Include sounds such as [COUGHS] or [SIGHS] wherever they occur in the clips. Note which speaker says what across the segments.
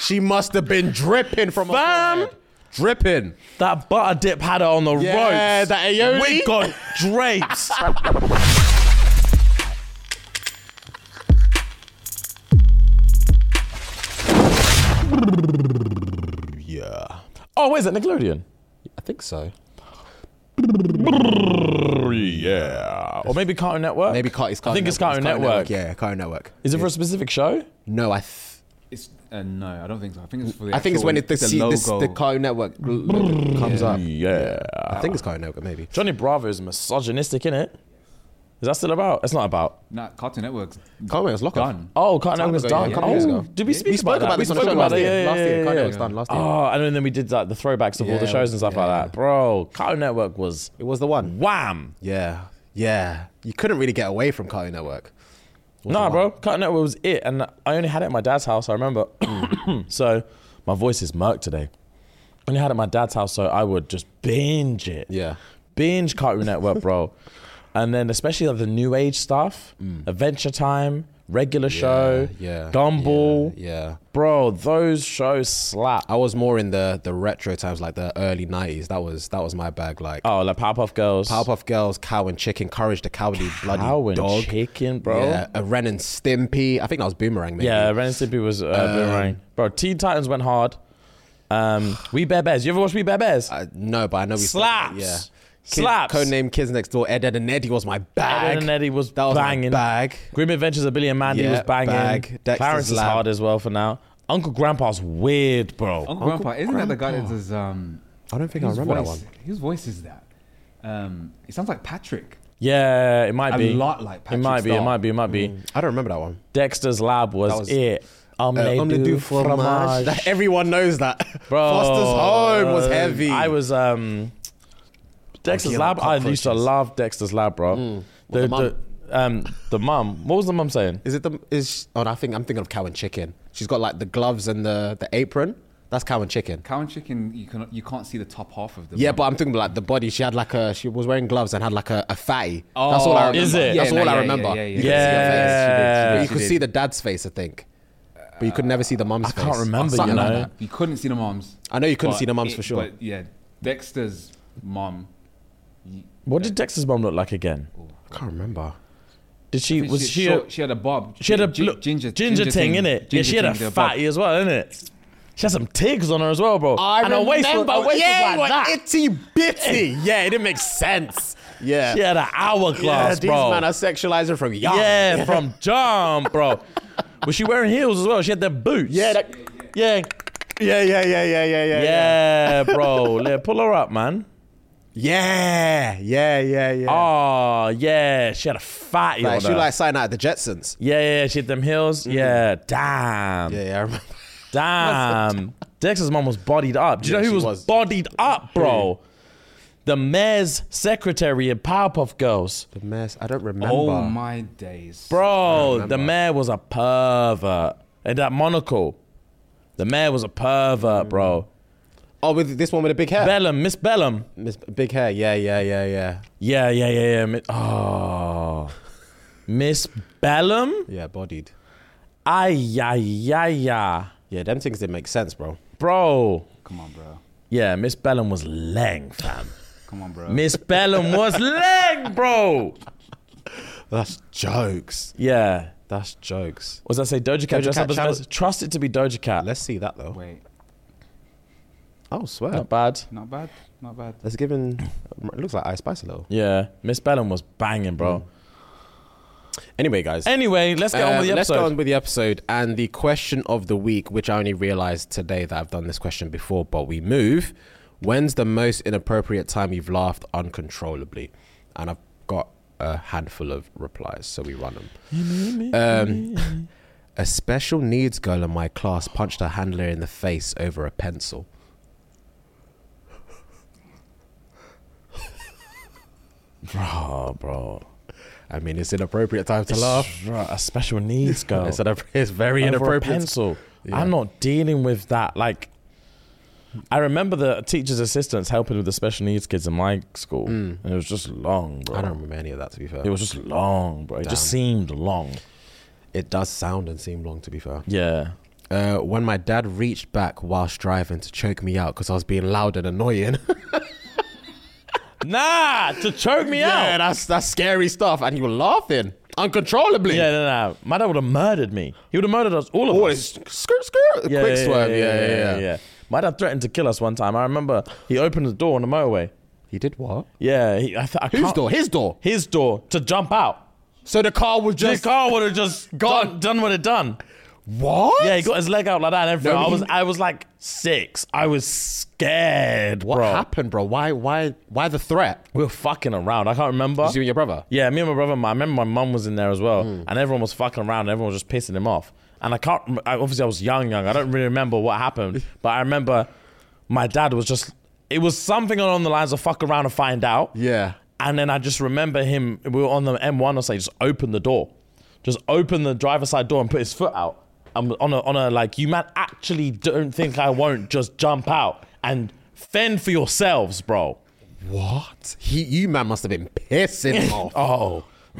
Speaker 1: She must have been dripping from
Speaker 2: Fam.
Speaker 1: her forehead. Dripping.
Speaker 2: That butter dip had her on the
Speaker 1: Yeah,
Speaker 2: ropes.
Speaker 1: that aioli.
Speaker 2: We got
Speaker 1: [LAUGHS]
Speaker 2: drapes.
Speaker 1: Yeah.
Speaker 2: oh, wait, is that Nickelodeon?
Speaker 1: I think so.
Speaker 2: Yeah. Or maybe Cartoon Network?
Speaker 1: Maybe Car- it's
Speaker 2: I
Speaker 1: Cartoon
Speaker 2: think it's Cartoon Network.
Speaker 1: Yeah, Cartoon Network.
Speaker 2: Is it for a specific show?
Speaker 1: No, I. Th-
Speaker 3: It's uh, no, I don't think so. I think it's for the.
Speaker 1: I think it's
Speaker 3: actual-
Speaker 1: when it, the,
Speaker 3: the
Speaker 1: se- the,
Speaker 3: logo.
Speaker 1: the Cartoon Network l- logo comes up.
Speaker 2: Yeah.
Speaker 1: I think it's Cartoon Network, maybe.
Speaker 2: Johnny Bravo is misogynistic, innit? Is that still about? It's not about.
Speaker 3: Nah, Cartoon Network's
Speaker 1: Cartoon Network's lock off.
Speaker 3: done.
Speaker 2: Oh, Cartoon Network was
Speaker 1: ago, yeah,
Speaker 2: done.
Speaker 1: a couple years
Speaker 2: Oh,
Speaker 1: ago.
Speaker 2: did we speak
Speaker 1: We spoke about
Speaker 2: that?
Speaker 1: this
Speaker 2: We
Speaker 1: on the
Speaker 2: spoke
Speaker 1: show
Speaker 2: about
Speaker 1: last
Speaker 2: it,
Speaker 1: year.
Speaker 2: yeah,
Speaker 1: Last year,
Speaker 2: yeah,
Speaker 1: Cartoon
Speaker 2: yeah.
Speaker 1: Network's done last year.
Speaker 2: Oh, and then we did like the throwbacks of all the
Speaker 1: Yeah,
Speaker 2: shows and stuff like
Speaker 1: yeah.
Speaker 2: that, bro. Cartoon Network was
Speaker 1: It was the one.
Speaker 2: wham.
Speaker 1: Yeah. Yeah. You couldn't really get away from Cartoon Network.
Speaker 2: Nah, bro, Cartoon Network was it, and I only had it at my dad's house.
Speaker 1: [COUGHS]
Speaker 2: I remember. [COUGHS] so my voice is murk today. I only had it at my dad's house, so I would just binge it.
Speaker 1: Yeah.
Speaker 2: binge Cartoon
Speaker 1: [LAUGHS]
Speaker 2: Network, bro. And then especially like the new age stuff, Adventure Time, Regular Show,
Speaker 1: Mm. Yeah.
Speaker 2: Gumball,
Speaker 1: Yeah. yeah.
Speaker 2: bro. Those shows slap.
Speaker 1: I was more in the the retro times, like the early nineties. That was that was my bag. Like
Speaker 2: Oh, like Powerpuff Girls,
Speaker 1: Powerpuff Girls, Cow and Chicken, Courage the Cowardly Bloody
Speaker 2: Cow and
Speaker 1: Dog,
Speaker 2: Chicken, bro.
Speaker 1: Yeah, uh, Ren and Stimpy. I think that was Boomerang. Maybe.
Speaker 2: Yeah, Ren and Stimpy was uh,
Speaker 1: Um,
Speaker 2: boomerang, bro. Teen Titans went hard. Um, we Bear Bears. You ever watch We Bear Bears?
Speaker 1: Uh, no, but I know we
Speaker 2: Slaps.
Speaker 1: Yeah.
Speaker 2: Slaps.
Speaker 1: Codename Kids Next Door. Ed, Ed and Eddie was my bag.
Speaker 2: Ed, Ed and Eddie was
Speaker 1: that was my
Speaker 2: banging.
Speaker 1: bag.
Speaker 2: Grim Adventures of Billy and Mandy
Speaker 1: Yeah,
Speaker 2: was banging.
Speaker 1: bag. Dexter's
Speaker 2: Clarence is
Speaker 1: Lab.
Speaker 2: hard as well for now. Uncle Grandpa's weird, bro.
Speaker 3: Uncle, Grandpa, isn't that the guy that does? Um,
Speaker 1: I don't think I
Speaker 3: whose
Speaker 1: remember that
Speaker 3: voice-
Speaker 1: one.
Speaker 3: Whose voice is that? Um, it sounds like Patrick.
Speaker 2: yeah, it might
Speaker 3: A
Speaker 2: be
Speaker 3: lot like Patrick
Speaker 2: It might be. It
Speaker 3: Star.
Speaker 2: might be. It might be.
Speaker 1: I don't remember that one.
Speaker 2: Dexter's Lab was,
Speaker 1: Mm. That was-
Speaker 2: it. Um,
Speaker 1: Uh, omelette du fromage. [LAUGHS] That- everyone knows that.
Speaker 2: Bro, uh,
Speaker 1: Foster's Home was heavy.
Speaker 2: I was um, Dexter's
Speaker 1: killing
Speaker 2: Lab. I used to
Speaker 1: cockroaches. Mm.
Speaker 2: love Dexter's Lab, bro.
Speaker 1: the
Speaker 2: The, the,
Speaker 1: mum?
Speaker 2: um, the mum. What was the mum saying?
Speaker 1: Is it the is? Oh, no, I think I'm thinking of cow and chicken. She's got like the gloves and the the apron. That's cow and chicken.
Speaker 3: Cow and chicken, you can you can't see the top half of them.
Speaker 1: Yeah, but I'm thinking like the body. She had like a. She was wearing gloves and had like a, a fatty. that's all I remember.
Speaker 2: Oh, is it?
Speaker 1: That's
Speaker 3: Oh, Yeah,
Speaker 1: all
Speaker 3: no,
Speaker 1: I
Speaker 3: yeah,
Speaker 1: remember.
Speaker 3: yeah, yeah,
Speaker 1: You could see her face. But you
Speaker 2: Yeah.
Speaker 3: yeah. She did, she
Speaker 1: could
Speaker 3: did.
Speaker 1: see the dad's face, I think. But you could never see the mum's face.
Speaker 2: can't remember,
Speaker 1: Something
Speaker 2: you
Speaker 1: like
Speaker 2: know.
Speaker 1: that.
Speaker 3: you couldn't see the moms.
Speaker 1: I know you couldn't
Speaker 3: but
Speaker 1: see the mums
Speaker 3: it-
Speaker 1: for sure.
Speaker 3: But yeah, Dexter's mom.
Speaker 2: What did Dexter's mum look like again?
Speaker 1: I can't remember.
Speaker 2: Did she was she?
Speaker 3: short,
Speaker 2: a,
Speaker 3: she had a bob.
Speaker 2: she had a
Speaker 3: gi-
Speaker 2: look,
Speaker 3: ginger
Speaker 2: ginger, ting in it. Yeah, she had a
Speaker 3: ting with
Speaker 2: fatty
Speaker 3: bob.
Speaker 2: as well, in it. She had some tigs on her as well, bro. and her waist, was, her waist
Speaker 1: yeah,
Speaker 2: was
Speaker 1: [LAUGHS]
Speaker 2: like that.
Speaker 1: itty bitty. yeah, it didn't make sense. Yeah.
Speaker 2: She had an
Speaker 1: yeah,
Speaker 2: hourglass,
Speaker 1: these
Speaker 2: bro.
Speaker 1: men are sexualizing from young.
Speaker 2: Yeah, from jump, bro. Was she wearing heels as well? She had the boots.
Speaker 1: Yeah, that-
Speaker 2: yeah,
Speaker 1: [LAUGHS] yeah, yeah, yeah, yeah, yeah, yeah.
Speaker 2: yeah, bro. Yeah, pull her up, man.
Speaker 1: Yeah, yeah, yeah, yeah.
Speaker 2: Oh, yeah. She had a fatty
Speaker 1: like,
Speaker 2: on
Speaker 1: she
Speaker 2: her.
Speaker 1: like signing out at the Jetsons.
Speaker 2: yeah, yeah, yeah, she had them heels. Yeah, damn,
Speaker 1: Yeah, yeah, I remember.
Speaker 2: damn. Dexter's mom was bodied up. Do you
Speaker 1: Yeah,
Speaker 2: know
Speaker 1: she
Speaker 2: who was,
Speaker 1: was.
Speaker 2: bodied up, bro? The mayor's secretary in Powerpuff Girls.
Speaker 1: The mess. I don't remember.
Speaker 3: Oh my days,
Speaker 2: Bro, the mayor was a pervert. And that monocle. The mayor was a pervert, bro.
Speaker 1: Oh, with this one with the big hair.
Speaker 2: Bellum, Miss Bellum.
Speaker 1: Miss big hair. Yeah, yeah, yeah, yeah.
Speaker 2: Yeah, yeah, yeah, yeah. Mi- Oh. Miss Bellum?
Speaker 1: Yeah, bodied.
Speaker 2: Ay, ya, ya, ya.
Speaker 1: Yeah, them things didn't make sense, bro.
Speaker 2: Bro.
Speaker 3: come on, bro,
Speaker 2: Yeah, Miss Bellum was lang, fam.
Speaker 3: come on, bro.
Speaker 2: Miss Bellum was lang, bro.
Speaker 1: That's jokes.
Speaker 2: Yeah.
Speaker 1: That's jokes.
Speaker 2: What does that say? Doja Cat
Speaker 1: Doja
Speaker 2: dressed
Speaker 1: Cat
Speaker 2: up as
Speaker 1: challenge-
Speaker 2: Miss. Trust it to be Doja Cat.
Speaker 1: Let's see that though.
Speaker 3: Wait,
Speaker 1: Oh, swear.
Speaker 2: Not bad.
Speaker 3: not bad, not bad.
Speaker 1: That's given. It looks like Ice Spice a little.
Speaker 2: Yeah. Miss Bellum was banging, bro.
Speaker 1: Mm. Anyway, guys.
Speaker 2: Anyway, let's get on
Speaker 1: um,
Speaker 2: with the
Speaker 1: Let's
Speaker 2: episode.
Speaker 1: go on with the episode and the question of the week, which I only realized today that I've done this question before, but we move. When's the most inappropriate time you've laughed uncontrollably? And I've got a handful of replies, so we run them. Um, A special needs girl in my class punched her handler in the face over a pencil. [LAUGHS]
Speaker 2: Bro, bro.
Speaker 1: I mean, it's inappropriate time to laugh.
Speaker 2: Bruh, a
Speaker 1: [LAUGHS]
Speaker 2: special needs girl.
Speaker 1: It's, inappro- it's very
Speaker 2: over a
Speaker 1: inappropriate.
Speaker 2: pencil.
Speaker 1: Yeah.
Speaker 2: I'm not dealing with that. Like, I remember the teacher's assistants helping with the special needs kids in my school, and it was just long, bro.
Speaker 1: Mm. I don't remember any of that, to be fair.
Speaker 2: It was just long, bro. It just seemed long.
Speaker 1: It does sound and seem long, to be fair.
Speaker 2: Yeah.
Speaker 1: Uh, when my dad reached back whilst driving to choke me out because I was being loud and annoying. [LAUGHS]
Speaker 2: Nah, to choke me
Speaker 1: yeah,
Speaker 2: out.
Speaker 1: that's that's scary stuff. And you were laughing uncontrollably.
Speaker 2: Yeah, no, no. My dad would have murdered me. He would have murdered us, all of
Speaker 1: Oh,
Speaker 2: us.
Speaker 1: it's skirt, skirt. Quick swerve. Yeah yeah yeah,
Speaker 2: My dad threatened to kill us one time. I remember he opened the door on the motorway.
Speaker 1: He did what?
Speaker 2: Yeah, he, I th- I
Speaker 1: Whose
Speaker 2: can't-
Speaker 1: door? His door.
Speaker 2: His door to jump out.
Speaker 1: So the car was
Speaker 2: The
Speaker 1: just
Speaker 2: car would have just
Speaker 1: Gone.
Speaker 2: gone, done what it done.
Speaker 1: what?
Speaker 2: Yeah, he got his leg out like that and everything.
Speaker 1: No,
Speaker 2: I
Speaker 1: he-
Speaker 2: was, I was like six. I was scared,
Speaker 1: What
Speaker 2: bro.
Speaker 1: happened, bro? Why? Why? Why the threat?
Speaker 2: We were fucking around. I can't remember.
Speaker 1: Was you and your Hmm. brother?
Speaker 2: Yeah, me and my brother. my- I remember my mum was in there as well, and everyone was fucking around, and everyone was just pissing him off. And I can't. rem- I, obviously, I was young, young. I don't really remember
Speaker 1: [LAUGHS]
Speaker 2: what happened, but I remember my dad was just. It was something along the lines of "fuck around and find out."
Speaker 1: Yeah.
Speaker 2: And then I just remember him. We were on the M1 or something. Just opened the door, just opened the driver's side door and put his foot out. I'm on a on a like. You man actually don't think I won't just jump out and fend for yourselves, bro.
Speaker 1: What? He, you man, must have been
Speaker 2: [LAUGHS]
Speaker 1: pissing off.
Speaker 2: Oh. [CLEARS THROAT]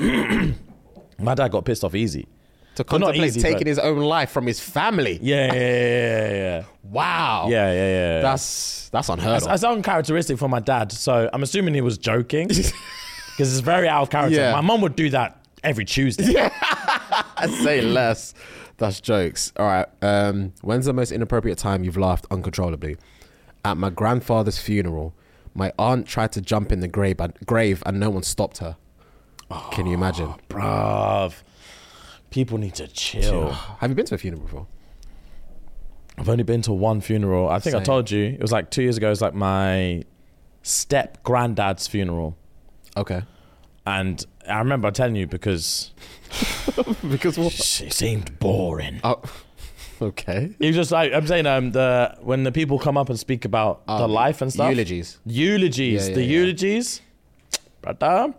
Speaker 2: My dad got pissed off easy.
Speaker 1: to
Speaker 2: But not
Speaker 1: contemplate
Speaker 2: easy,
Speaker 1: taking
Speaker 2: but-
Speaker 1: his own life from his family.
Speaker 2: Yeah, yeah, yeah, yeah,
Speaker 1: Wow.
Speaker 2: yeah, yeah, yeah, yeah. yeah.
Speaker 1: That's that's unheard
Speaker 2: that's,
Speaker 1: of.
Speaker 2: that's uncharacteristic for my dad. So I'm assuming he was
Speaker 1: [LAUGHS]
Speaker 2: joking because it's very out of character.
Speaker 1: Yeah.
Speaker 2: My mum would do that every Tuesday.
Speaker 1: I say less. That's jokes. All right. Um, when's the most inappropriate time you've laughed uncontrollably? At my grandfather's funeral, my aunt tried to jump in the grave, grave and no one stopped her. Can you imagine?
Speaker 2: Bruv, people need to chill.
Speaker 1: Have you been to a funeral before?
Speaker 2: I've only been to one funeral. I think I
Speaker 1: Same.
Speaker 2: told you it was like two years ago. It was like my step granddad's funeral,
Speaker 1: Okay. [LAUGHS]
Speaker 2: and I remember telling you because
Speaker 1: Because what?
Speaker 2: it seemed boring.
Speaker 1: Oh, [LAUGHS] okay.
Speaker 2: You just like I'm saying um the when the people come up and speak about the life and stuff.
Speaker 1: Ah, eulogies.
Speaker 2: Eulogies.
Speaker 1: Yeah, yeah,
Speaker 2: the
Speaker 1: yeah.
Speaker 2: eulogies. Brother.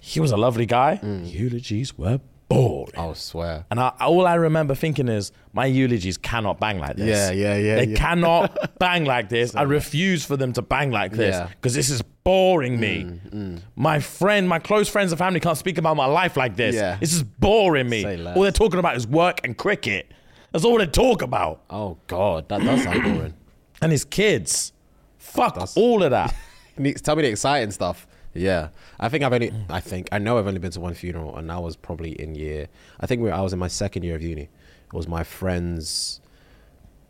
Speaker 2: He was a lovely guy.
Speaker 1: Mm.
Speaker 2: Eulogies were boring.
Speaker 1: I'll swear.
Speaker 2: And I, all I remember thinking is my eulogies cannot bang like this.
Speaker 1: Yeah, yeah, yeah,
Speaker 2: They
Speaker 1: yeah. [LAUGHS]
Speaker 2: cannot bang like this. I refuse for them to bang like this
Speaker 1: Yeah. Mm,
Speaker 2: because this is boring me. My friend, my close friends and family can't speak about my life like this.
Speaker 1: Yeah.
Speaker 2: This is boring me.
Speaker 1: Say less.
Speaker 2: All they're talking about is work and cricket. That's all they talk about.
Speaker 1: Oh God, that does sound boring.
Speaker 2: And his kids. Fuck all of that.
Speaker 1: Ne- Tell me the exciting stuff. Yeah, I think I've only. I think I know I've only been to one funeral, and that was probably in year. I think we I was in my second year of uni. It was my friend's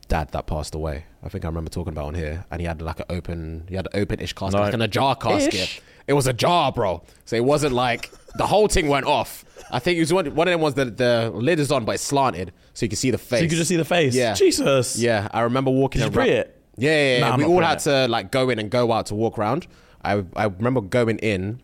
Speaker 1: dad that passed away. I think I remember talking about on here, and he had like an open. He had an open-ish casket,
Speaker 2: No.
Speaker 1: like in a jar casket.
Speaker 2: Ish?
Speaker 1: It was a jar, bro. So it wasn't like the whole thing went off. I think it was one, one of them ones that the lid is on, but it's slanted, so you can see the face.
Speaker 2: So you could just see the face.
Speaker 1: Yeah.
Speaker 2: Jesus.
Speaker 1: Yeah, I remember walking.
Speaker 2: Did you
Speaker 1: around-
Speaker 2: pray it?
Speaker 1: Yeah, yeah, yeah.
Speaker 2: Nah, I'm
Speaker 1: we
Speaker 2: not
Speaker 1: all
Speaker 2: praying
Speaker 1: had
Speaker 2: it.
Speaker 1: to like go in and go out to walk around. I I remember going in,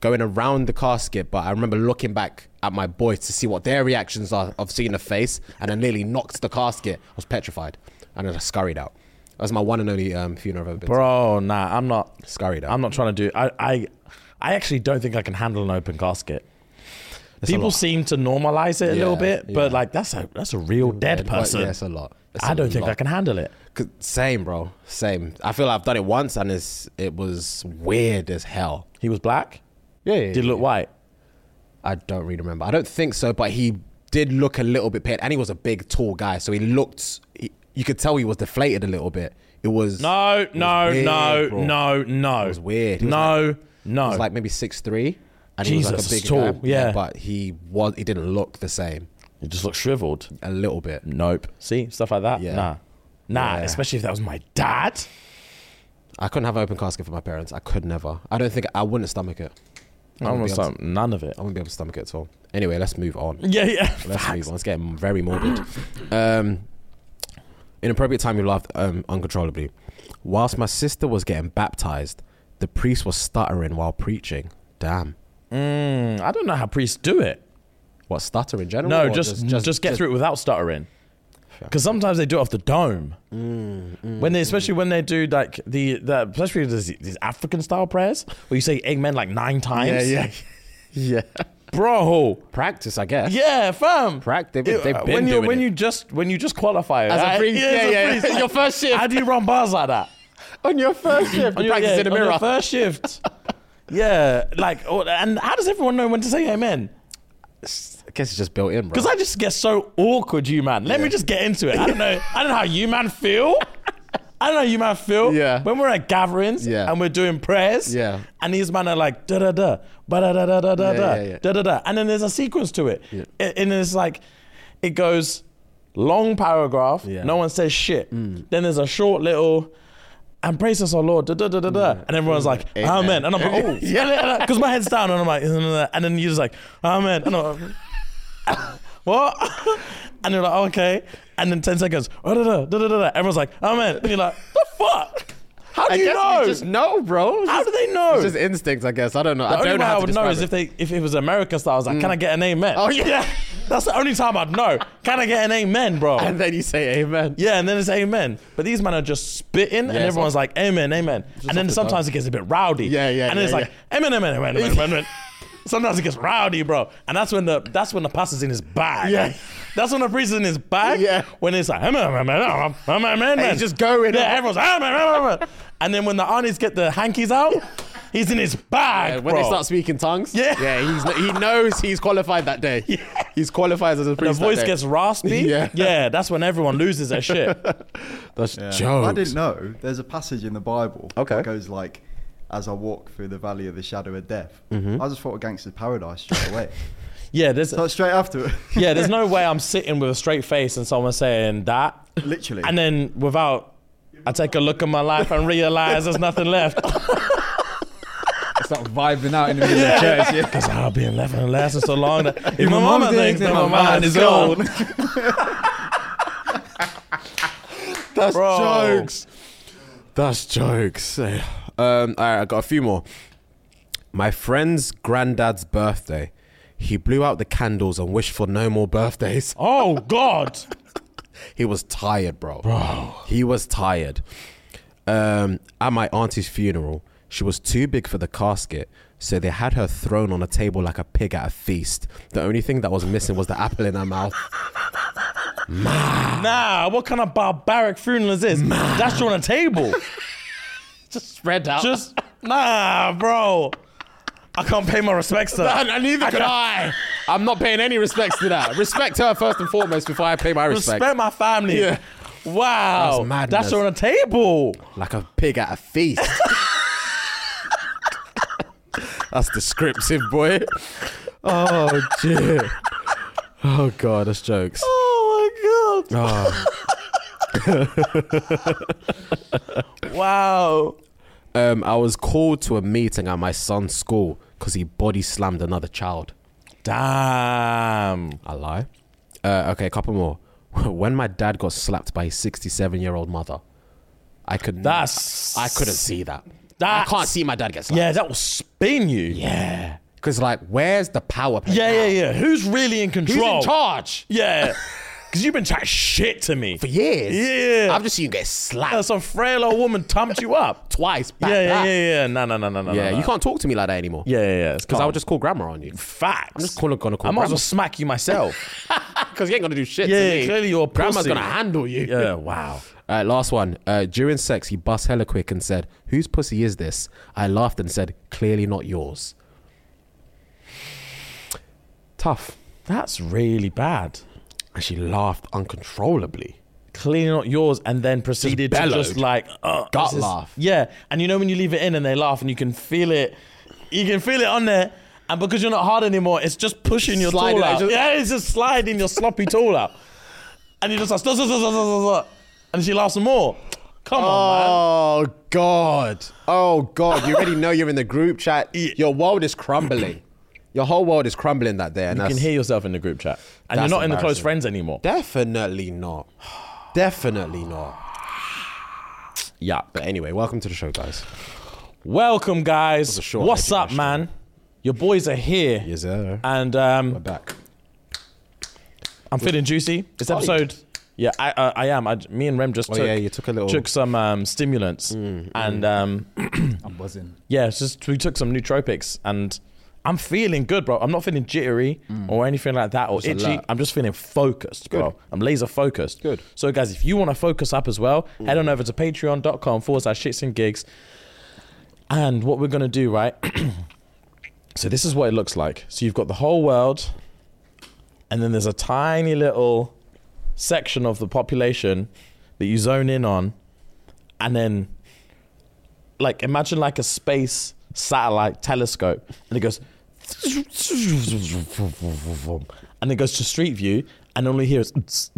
Speaker 1: going around the casket, but I remember looking back at my boys to see what their reactions are of seeing the face, and I nearly knocked the casket. I was petrified, and then I scurried out. That was my one and only um, funeral I've ever been. to.
Speaker 2: Bro, nah, I'm not.
Speaker 1: Scurried out.
Speaker 2: I'm not trying to do. I, I, I actually don't think I can handle an open casket. People
Speaker 1: lot.
Speaker 2: seem to normalize it a little
Speaker 1: Yeah,
Speaker 2: bit, but
Speaker 1: yeah.
Speaker 2: like that's a that's a real dead
Speaker 1: But
Speaker 2: person.
Speaker 1: Yeah, it's a lot. It's
Speaker 2: I
Speaker 1: a
Speaker 2: don't think I
Speaker 1: lot.
Speaker 2: can handle it.
Speaker 1: 'Cause- Same, bro. Same. I feel I've done it once, and it's it was weird as hell.
Speaker 2: He was black.
Speaker 1: Yeah, yeah,
Speaker 2: Did he look white.
Speaker 1: I don't really remember. I don't think so, but he did look a little bit pale, and he was a big, tall guy, so he looked. He, you could tell he was deflated a little bit. It was
Speaker 2: No,
Speaker 1: it was
Speaker 2: no,
Speaker 1: weird,
Speaker 2: no,
Speaker 1: bro.
Speaker 2: no, no.
Speaker 1: It was weird. He was
Speaker 2: no, no.
Speaker 1: He was like maybe six three, and he was
Speaker 2: Jesus,
Speaker 1: like a big
Speaker 2: tall,
Speaker 1: guy.
Speaker 2: yeah.
Speaker 1: but he was. He didn't look the same.
Speaker 2: you just look shriveled.
Speaker 1: A little bit.
Speaker 2: Nope. See stuff like that.
Speaker 1: Yeah.
Speaker 2: Nah, nah.
Speaker 1: Yeah.
Speaker 2: Especially if that was my dad.
Speaker 1: I couldn't have an open casket for my parents. I could never. I don't think I wouldn't stomach it.
Speaker 2: I
Speaker 1: wouldn't be
Speaker 2: almost
Speaker 1: able to- Oh.
Speaker 2: like none of it.
Speaker 1: I wouldn't be able to stomach it at all. Anyway, let's move on.
Speaker 2: Yeah, yeah.
Speaker 1: Let's move on. It's getting very morbid.
Speaker 2: Mm-hmm.
Speaker 1: Um, inappropriate time you laughed um, uncontrollably. Whilst my sister was getting baptized, the priest was stuttering while preaching. Damn.
Speaker 2: Mm, I don't know how priests do it.
Speaker 1: What stutter in general?
Speaker 2: No,
Speaker 1: or
Speaker 2: just, just get through it without stuttering. Because sometimes they do it off the dome.
Speaker 1: Mm,
Speaker 2: when they, especially when they do like the, the especially these, these African style prayers where you say amen like nine
Speaker 1: Yeah,
Speaker 2: times.
Speaker 1: yeah, yeah.
Speaker 2: bro.
Speaker 1: Practice, I guess.
Speaker 2: Yeah, fam.
Speaker 1: Prac, they've been-
Speaker 2: It-
Speaker 1: they've been
Speaker 2: when you
Speaker 1: doing
Speaker 2: when
Speaker 1: it.
Speaker 2: you just when you just qualify
Speaker 1: As a
Speaker 2: right?
Speaker 1: priest, yeah,
Speaker 2: as a
Speaker 1: yeah, [LAUGHS]
Speaker 2: priest.
Speaker 1: your first shift.
Speaker 2: How do you run bars like that?
Speaker 1: [LAUGHS] On your first shift,
Speaker 2: On
Speaker 1: you
Speaker 2: your-
Speaker 1: practice
Speaker 2: yeah,
Speaker 1: in the
Speaker 2: on your
Speaker 1: mirror.
Speaker 2: first shift.
Speaker 1: [LAUGHS]
Speaker 2: yeah, like, oh, and how does everyone know when to say amen?
Speaker 1: I guess it's just built in, bro.
Speaker 2: Because I just get so awkward, you man. Let me just get into it. I don't know. I don't know how you man feel. I don't know how you man feel.
Speaker 1: Yeah.
Speaker 2: When we're at gatherings
Speaker 1: Yeah.
Speaker 2: and we're doing prayers.
Speaker 1: Yeah.
Speaker 2: And these men are like da da da ba da da da da da
Speaker 1: Yeah,
Speaker 2: da
Speaker 1: yeah, yeah.
Speaker 2: da da da, and then there's a sequence to it, A- and it's like it goes long paragraph.
Speaker 1: Yeah. Mm.
Speaker 2: No one says shit. Then there's a short little. And praise us, our Lord, da da da da da. And everyone's like,
Speaker 1: Mm. Amen.
Speaker 2: Amen. And I'm
Speaker 1: [LAUGHS]
Speaker 2: like, oh, [LAUGHS] yeah. Because my head's down, and I'm like, and then you're just like, Amen. And I'm, what? [LAUGHS] And you're like, oh, okay. And then 10 seconds, oh, da, da, da, da, da. everyone's like, oh man. And you're like, the fuck? How do
Speaker 1: I
Speaker 2: you
Speaker 1: guess
Speaker 2: know?
Speaker 1: you just know, bro. It's
Speaker 2: How
Speaker 1: just-
Speaker 2: do they know?
Speaker 1: It's just instincts, I guess. I don't know.
Speaker 2: the
Speaker 1: I
Speaker 2: only
Speaker 1: don't know
Speaker 2: way I
Speaker 1: how to
Speaker 2: would know
Speaker 1: describe
Speaker 2: is
Speaker 1: it.
Speaker 2: if they if it was American style, I was like, can I get an amen?
Speaker 1: Oh, yeah.
Speaker 2: That's the only time I'd know. Can I get an amen, bro?
Speaker 1: [LAUGHS] And then you say amen.
Speaker 2: yeah, and then it's amen. But these men are just spitting, and
Speaker 1: it's
Speaker 2: everyone's
Speaker 1: off-
Speaker 2: like, amen, amen. And then
Speaker 1: off the
Speaker 2: sometimes it gets a bit rowdy.
Speaker 1: Yeah, yeah,
Speaker 2: And
Speaker 1: yeah,
Speaker 2: it's like, amen, amen, amen, amen, amen,
Speaker 1: [LAUGHS]
Speaker 2: amen. Sometimes it gets rowdy, bro. And that's when the that's when the pastor's in his bag.
Speaker 1: Yeah.
Speaker 2: That's when the priest is in his bag.
Speaker 1: Yeah.
Speaker 2: When it's like, amen, amen, amen, amen, amen, amen.
Speaker 1: And he's just going
Speaker 2: Yeah,
Speaker 1: on.
Speaker 2: everyone's amen, amen, amen. And then when the aunties get the hankies out, he's in his bag,
Speaker 1: And when
Speaker 2: bro.
Speaker 1: they start speaking tongues,
Speaker 2: Yeah.
Speaker 1: yeah, he's, he knows he's qualified that day.
Speaker 2: Yeah.
Speaker 1: He's qualified as a
Speaker 2: the
Speaker 1: priest.
Speaker 2: voice
Speaker 1: that day.
Speaker 2: gets
Speaker 1: [LAUGHS]
Speaker 2: raspy.
Speaker 1: Yeah.
Speaker 2: yeah, that's when everyone loses their shit.
Speaker 1: That's yeah.
Speaker 4: I didn't know. There's a passage in the Bible
Speaker 1: Okay.
Speaker 4: that goes like, "As I walk through the valley of the shadow of death."
Speaker 2: Mm-hmm.
Speaker 4: I just thought of Gangster's Paradise straight away. [LAUGHS]
Speaker 1: [LAUGHS]
Speaker 2: Yeah, there's
Speaker 4: so straight after it.
Speaker 2: yeah,
Speaker 4: [LAUGHS]
Speaker 2: there's no way I'm sitting with a straight face and someone saying that.
Speaker 4: Literally.
Speaker 2: And then without, I take a look at my life and realize there's nothing [LAUGHS] left.
Speaker 3: Start vibing out in the middle of the church. Yeah.
Speaker 2: Because I've been left and lasting so long that [LAUGHS] if,
Speaker 3: If
Speaker 2: my mama, thinks that my mind is gone.
Speaker 1: That's
Speaker 2: Bro.
Speaker 1: jokes. That's jokes. Um, all right, I got a few more. My friend's granddad's birthday. He blew out the candles and wished for no more birthdays.
Speaker 2: Oh, God.
Speaker 1: He was tired, bro. Bro. He was tired. Um, at my auntie's funeral, she was too big for the casket, so they had her thrown on a table like a pig at a feast. The only thing that was missing was the apple in her mouth.
Speaker 2: Nah, what kind of barbaric funeral is this? That's on a table.
Speaker 1: Just [LAUGHS] spread out.
Speaker 2: Just, nah, bro. I can't pay my respects to that.
Speaker 1: And neither can I. I'm not paying any respects to that. Respect her first and foremost before I pay my respect.
Speaker 2: Respect my family.
Speaker 1: Yeah.
Speaker 2: Wow.
Speaker 1: That's madness.
Speaker 2: That's on a table.
Speaker 1: Like a pig at a feast. that's descriptive, boy. Oh, dear. Oh, God, that's jokes.
Speaker 2: Oh my god. wow.
Speaker 1: Um, I was called to a meeting at my son's school because he body slammed another child.
Speaker 2: Damn.
Speaker 1: I lie. Uh, okay, a couple more. [LAUGHS] When my dad got slapped by his 67 year old mother, I could
Speaker 2: That's-
Speaker 1: I couldn't see that.
Speaker 2: That's-
Speaker 1: I can't see my dad get slapped.
Speaker 2: Yeah, that will spin you.
Speaker 1: Yeah. Because, like, where's the power play?
Speaker 2: Yeah,
Speaker 1: now?
Speaker 2: yeah, yeah. Who's really in
Speaker 1: Who's
Speaker 2: control?
Speaker 1: in charge? [LAUGHS]
Speaker 2: Yeah. Cause you've been chatting shit to me.
Speaker 1: For years.
Speaker 2: Yeah.
Speaker 1: I've just seen you get slapped
Speaker 2: Uh, some frail old woman thumped you up.
Speaker 1: twice. Back,
Speaker 2: Yeah, yeah,
Speaker 1: back.
Speaker 2: yeah, yeah. No, no, no, no, no.
Speaker 1: Yeah,
Speaker 2: no,
Speaker 1: you
Speaker 2: no.
Speaker 1: can't talk to me like that anymore.
Speaker 2: Yeah, yeah, yeah.
Speaker 1: Because I would just call grandma on you.
Speaker 2: facts. I'm
Speaker 1: just calling- gonna call
Speaker 2: I might as
Speaker 1: grandma.
Speaker 2: well smack you myself.
Speaker 1: [LAUGHS] Because you ain't going to do shit
Speaker 2: Yeah,
Speaker 1: to me.
Speaker 2: clearly you're a
Speaker 1: Grandma's
Speaker 2: pussy.
Speaker 1: going to handle you. [LAUGHS]
Speaker 2: yeah. Wow.
Speaker 1: All right, last one. Uh, during sex, he bust hella quick and said, Whose pussy is this? I laughed and said, Clearly not yours. [SIGHS] Tough.
Speaker 2: That's really bad.
Speaker 1: And she laughed uncontrollably.
Speaker 2: clearly not yours, and then proceeded to
Speaker 1: bellowed.
Speaker 2: just like uh,
Speaker 1: Gut
Speaker 2: this is-
Speaker 1: laugh.
Speaker 2: Yeah, and you know when you leave it in and they laugh, and you can feel it, you can feel it on there, and because you're not hard anymore, it's just pushing your
Speaker 1: Sliding
Speaker 2: tool
Speaker 1: it,
Speaker 2: out.
Speaker 1: just-
Speaker 2: yeah, it's just sliding your sloppy tool out, and you're just like, "Zuh, zuh, zuh, zuh, zuh, zuh, zuh," and she laughs some more. Come on, man.
Speaker 1: Oh, God. Oh, God. You already know you're in the group chat.
Speaker 2: [LAUGHS] Yeah.
Speaker 1: Your world is crumbling. Your whole world is crumbling that day. And
Speaker 2: You
Speaker 1: that's
Speaker 2: can hear yourself in the group chat, and you're
Speaker 1: That's
Speaker 2: not in the close
Speaker 1: embarrassing.
Speaker 2: friends anymore.
Speaker 1: definitely not. Definitely not.
Speaker 2: [SIGHS] yeah.
Speaker 1: But anyway, welcome to the show, guys.
Speaker 2: Welcome, guys.
Speaker 1: a short
Speaker 2: What's up,
Speaker 1: education.
Speaker 2: man? Your boys are here,
Speaker 1: Yes, sir.
Speaker 2: and um,
Speaker 1: We're back.
Speaker 2: I'm feeling juicy. It's episode. Yeah, I uh, I am. I, me and Rem just
Speaker 1: Oh,
Speaker 2: took,
Speaker 1: yeah, you took a little- Mm,
Speaker 2: took some um, stimulants and um,
Speaker 3: [LAUGHS] I'm buzzing.
Speaker 2: yeah, it's just we took some nootropics and I'm feeling good, bro. I'm not feeling jittery or anything like that or
Speaker 1: It's
Speaker 2: itchy.
Speaker 1: Mm. a lot.
Speaker 2: I'm just feeling focused, bro. I'm laser focused.
Speaker 1: Good.
Speaker 2: So guys, if you want to focus up as well, head on over to patreon.com forward slash shits and gigs. And what we're gonna do, right? [CLEARS THROAT] so this is what it looks like. So you've got the whole world, and then there's a tiny little section of the population that you zone in on, and then like imagine like a space satellite telescope and it goes and it goes to street view and all you hear is
Speaker 1: That's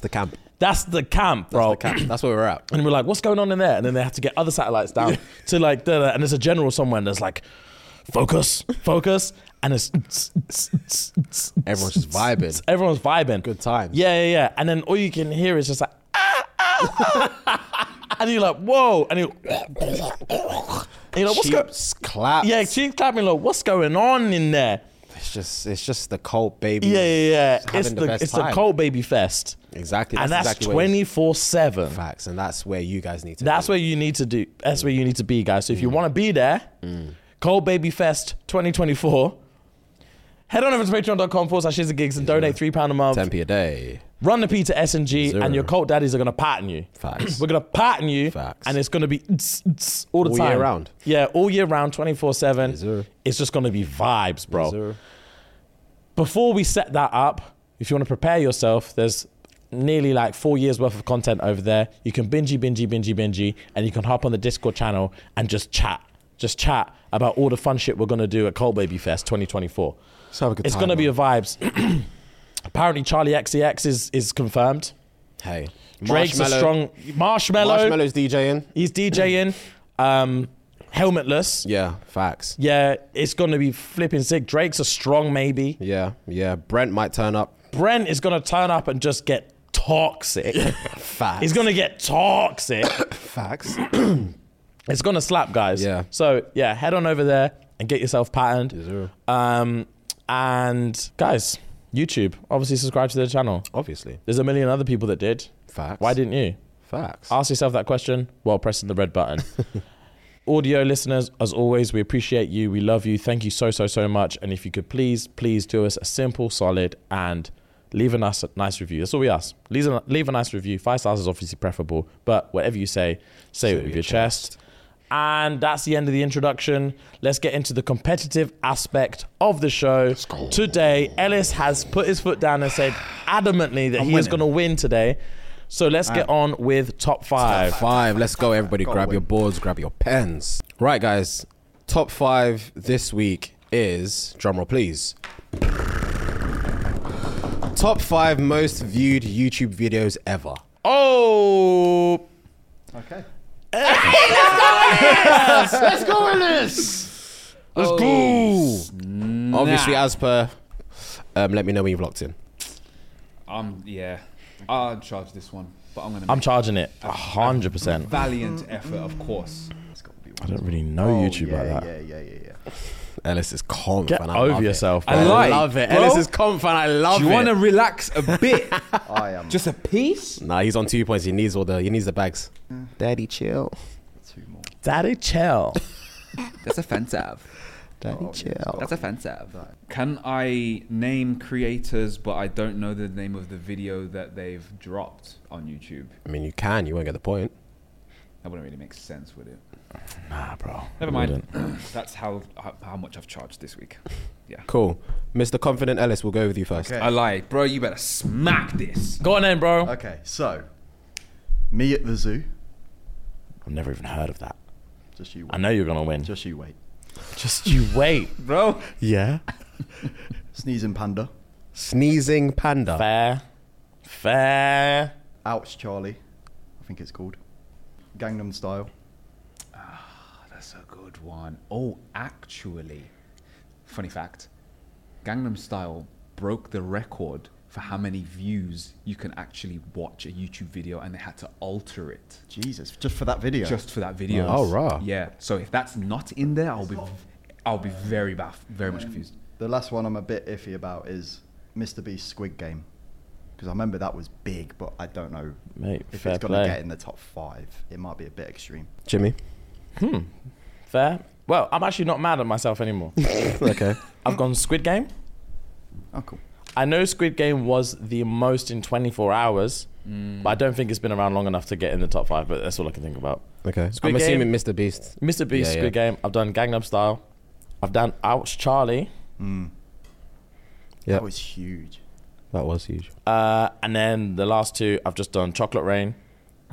Speaker 1: the camp.
Speaker 2: that's the camp bro
Speaker 1: The camp. That's where we're at.
Speaker 2: and we're like, what's going on in there? And then they have to get other satellites down to like, da, da, and there's a general somewhere, and there's like, focus, focus, and it's
Speaker 1: Everyone's
Speaker 2: [LAUGHS]
Speaker 1: just vibing.
Speaker 2: Everyone's vibing.
Speaker 1: Good times.
Speaker 2: Yeah, yeah, yeah. And then all you can hear is just like, ah, ah, ah. [LAUGHS] and you're like, whoa, and you, and you're like, what's going?
Speaker 1: Cheeps, claps.
Speaker 2: Yeah, she's clapping. Like, what's going on in there?
Speaker 1: It's just it's just the cult baby.
Speaker 2: Yeah, yeah,
Speaker 1: Hmm.
Speaker 2: yeah.
Speaker 1: Just having
Speaker 2: It's the,
Speaker 1: best
Speaker 2: it's the
Speaker 1: time.
Speaker 2: cold baby fest.
Speaker 1: Exactly.
Speaker 2: and that's
Speaker 1: exactly what it is.
Speaker 2: twenty four seven.
Speaker 1: facts, and that's where you guys need to.
Speaker 2: That's
Speaker 1: be.
Speaker 2: where you need to do. That's where you need to be, guys. So if you
Speaker 1: Hmm.
Speaker 2: want to be there, Cold Baby Fest 2024. Head on over to patreon.com forward slash Shizzy gigs and donate £3 a month.
Speaker 1: ten p a day.
Speaker 2: Run the P to S and G,
Speaker 1: Zero.
Speaker 2: and your cult daddies are going to pattern you.
Speaker 1: Facts.
Speaker 2: We're going to pattern you,
Speaker 1: Facts.
Speaker 2: and it's going to be tss, tss all the
Speaker 1: All year
Speaker 2: time.
Speaker 1: round.
Speaker 2: Yeah, all year round, 24
Speaker 1: Zero.
Speaker 2: 7. It's just going to be vibes, bro
Speaker 1: Zero.
Speaker 2: before we set that up, if you want to prepare yourself, there's nearly like four years worth of content over there. You can bingey, bingey, bingey, bingey, and you can hop on the Discord channel and just chat. Just chat about all the fun shit we're gonna do at Cold Baby Fest 2024.
Speaker 1: Let's have a good
Speaker 2: it's
Speaker 1: time,
Speaker 2: gonna be a
Speaker 1: man.
Speaker 2: vibes. [CLEARS THROAT] Apparently, Charlie XCX is is confirmed.
Speaker 1: Hey,
Speaker 2: Drake's a
Speaker 1: Marshmello-
Speaker 2: strong marshmallow.
Speaker 1: Marshmallow's DJing.
Speaker 2: He's DJing. um, helmetless.
Speaker 1: Yeah, facts.
Speaker 2: Yeah, it's gonna be flipping sick. Drake's a strong maybe.
Speaker 1: Yeah, yeah. Brent might turn up.
Speaker 2: Brent is going to turn up and just get toxic.
Speaker 1: Facts.
Speaker 2: [LAUGHS] He's going to get toxic. [COUGHS]
Speaker 1: facts.
Speaker 2: it's going to slap, guys.
Speaker 1: Yeah.
Speaker 2: So, yeah, head on over there and get yourself patterned.
Speaker 1: sir.
Speaker 2: um, and, guys, YouTube, obviously subscribe to their channel.
Speaker 1: Obviously,
Speaker 2: There's a million other people that did.
Speaker 1: facts.
Speaker 2: Why didn't you?
Speaker 1: facts?
Speaker 2: Ask yourself that question while pressing the red button. Audio listeners, as always, we appreciate you. We love you. Thank you so, so, so much. And if you could please, please do us a simple, solid, and leave a nice, nice review. That's all we ask. Leave a, leave a nice review. Five stars is obviously preferable, but whatever you say, say it with your chest. And that's the end of the introduction. Let's get into the competitive aspect of the show. Today, Ellis has put his foot down and said adamantly that he is going to win today. So let's get on with top five.
Speaker 1: Top five. Let's go, everybody. Grab your boards, grab your pens. Right, guys. Top five this week is drumroll, please. Top five most viewed YouTube videos ever.
Speaker 2: Oh,
Speaker 4: Okay.
Speaker 2: let's go.
Speaker 1: Obviously, as per, um, let me know when you've locked in.
Speaker 3: Um, yeah. I'll charge this one, but I'm gonna.
Speaker 2: I'm
Speaker 3: make
Speaker 2: charging it a hundred percent. I
Speaker 3: valiant effort, of course.
Speaker 4: It's got to be one.
Speaker 2: don't really know
Speaker 1: Oh,
Speaker 2: YouTube
Speaker 4: Oh, yeah,
Speaker 2: like that.
Speaker 4: Yeah, yeah, yeah, yeah.
Speaker 1: Ellis is calm.
Speaker 2: Get
Speaker 1: and I
Speaker 2: over
Speaker 1: love it.
Speaker 2: yourself,
Speaker 1: I
Speaker 2: bro.
Speaker 1: love it.
Speaker 3: Bro.
Speaker 1: Ellis is calm, and I love
Speaker 3: Do you
Speaker 1: it.
Speaker 3: want to relax a bit?
Speaker 4: I
Speaker 3: [LAUGHS]
Speaker 4: am
Speaker 3: Just a piece?
Speaker 1: Nah, he's on two points. He needs all the he needs the bags. Daddy, chill.
Speaker 4: two more.
Speaker 2: Daddy chill.
Speaker 3: That's offensive.
Speaker 1: Daddy, chill.
Speaker 3: That's offensive. Can I name creators, but I don't know the name of the video that they've dropped on YouTube?
Speaker 1: I mean, you can. You won't get the point.
Speaker 3: That wouldn't really make sense, would it?
Speaker 2: Nah, bro.
Speaker 3: Never mind. [CLEARS THROAT] That's how, how how much I've charged this week. Yeah.
Speaker 1: Cool. Mr. Confident Ellis, we'll go with you first.
Speaker 4: Okay.
Speaker 3: I lied, bro. You better smack this.
Speaker 2: Go on then, bro.
Speaker 4: Okay, so me at the zoo.
Speaker 2: I've never even heard of that.
Speaker 4: Just you. Wait.
Speaker 2: I know you're gonna win.
Speaker 4: Just you wait.
Speaker 2: Just you wait.
Speaker 3: Bro,
Speaker 2: Yeah.
Speaker 4: Sneezing panda.
Speaker 1: Sneezing panda.
Speaker 2: Fair. Fair.
Speaker 4: Ouch, Charlie. I think it's called. Gangnam Style.
Speaker 3: that's a good one. Oh, actually, funny fact, Gangnam Style broke the record for how many views you can actually watch a YouTube video, and they had to alter it.
Speaker 4: Jesus, just for that video.
Speaker 3: just for that video.
Speaker 1: Oh, rah.
Speaker 3: Yeah. So if that's not in there, I'll be, I'll be very baff, very much confused.
Speaker 4: the The last one I'm a bit iffy about is Mr. Beast Squid Game. Because I remember that was big, but I don't know
Speaker 2: Mate,
Speaker 4: if
Speaker 2: fair
Speaker 4: it's going
Speaker 2: play.
Speaker 4: to get in the top five. It might be a bit extreme.
Speaker 1: Jimmy.
Speaker 2: Fair. Well, I'm actually not mad at
Speaker 1: [LAUGHS]
Speaker 2: myself anymore.
Speaker 1: okay.
Speaker 2: I've gone Squid Game.
Speaker 4: Oh, cool.
Speaker 2: I know Squid Game was the most in 24 hours,
Speaker 1: Mm.
Speaker 2: but I don't think it's been around long enough to get in the top five. But that's all I can think about.
Speaker 1: Okay.
Speaker 2: Squid
Speaker 1: I'm
Speaker 2: Game.
Speaker 1: assuming Mr. Beast.
Speaker 2: Mr. Beast,
Speaker 1: Yeah, yeah.
Speaker 2: Squid Game. I've done Gangnam Style. I've done Ouch Charlie,
Speaker 1: Yeah.
Speaker 4: That was huge.
Speaker 1: That was huge.
Speaker 2: uh, and then the last two I've just done Chocolate Rain,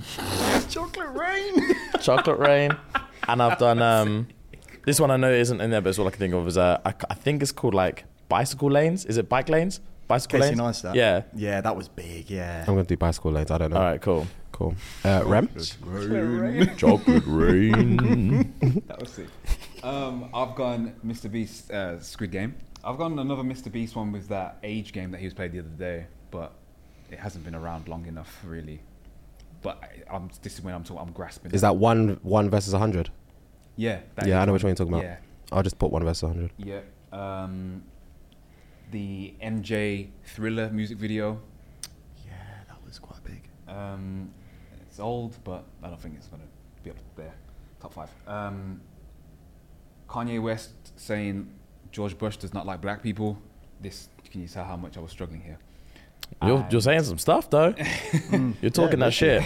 Speaker 4: [LAUGHS] Chocolate rain. [LAUGHS]
Speaker 2: Chocolate Rain, and I've done um, this one. I know isn't in there, but it's all I can think of is uh, I, c- I think it's called like bicycle lanes. Is it bike lanes? Bicycle
Speaker 4: Casey
Speaker 2: lanes.
Speaker 4: Neistat.
Speaker 2: Yeah.
Speaker 4: Yeah, that was big. Yeah.
Speaker 1: I'm going to do bicycle lanes. I don't know.
Speaker 2: All right. Cool.
Speaker 1: Cool. Uh, Rem?
Speaker 2: Chocolate Rain.
Speaker 3: That was sick. Um, I've gone Mr. Beast uh, Squid Game. I've gone another Mr. Beast one with that age game that he was played the other day, but it hasn't been around long enough, really. But I, I'm, this is when I'm talking. I'm grasping.
Speaker 1: Is
Speaker 3: at.
Speaker 1: that one one versus 100?
Speaker 3: Yeah. that
Speaker 1: yeah,
Speaker 3: is
Speaker 1: I know
Speaker 3: one.
Speaker 1: which one you're talking about.
Speaker 3: Yeah.
Speaker 1: I'll just put one versus 100.
Speaker 3: Yeah. Um, the MJ Thriller music video.
Speaker 4: Yeah, that was quite big.
Speaker 3: Um, it's old, but I don't think it's going to be up there. Top five. Um, Kanye West saying George Bush does not like black people. This can you tell how much I was struggling here?
Speaker 4: Ah.
Speaker 2: You're, you're saying some stuff
Speaker 4: [LAUGHS]
Speaker 2: though. [LAUGHS] you're talking that shit.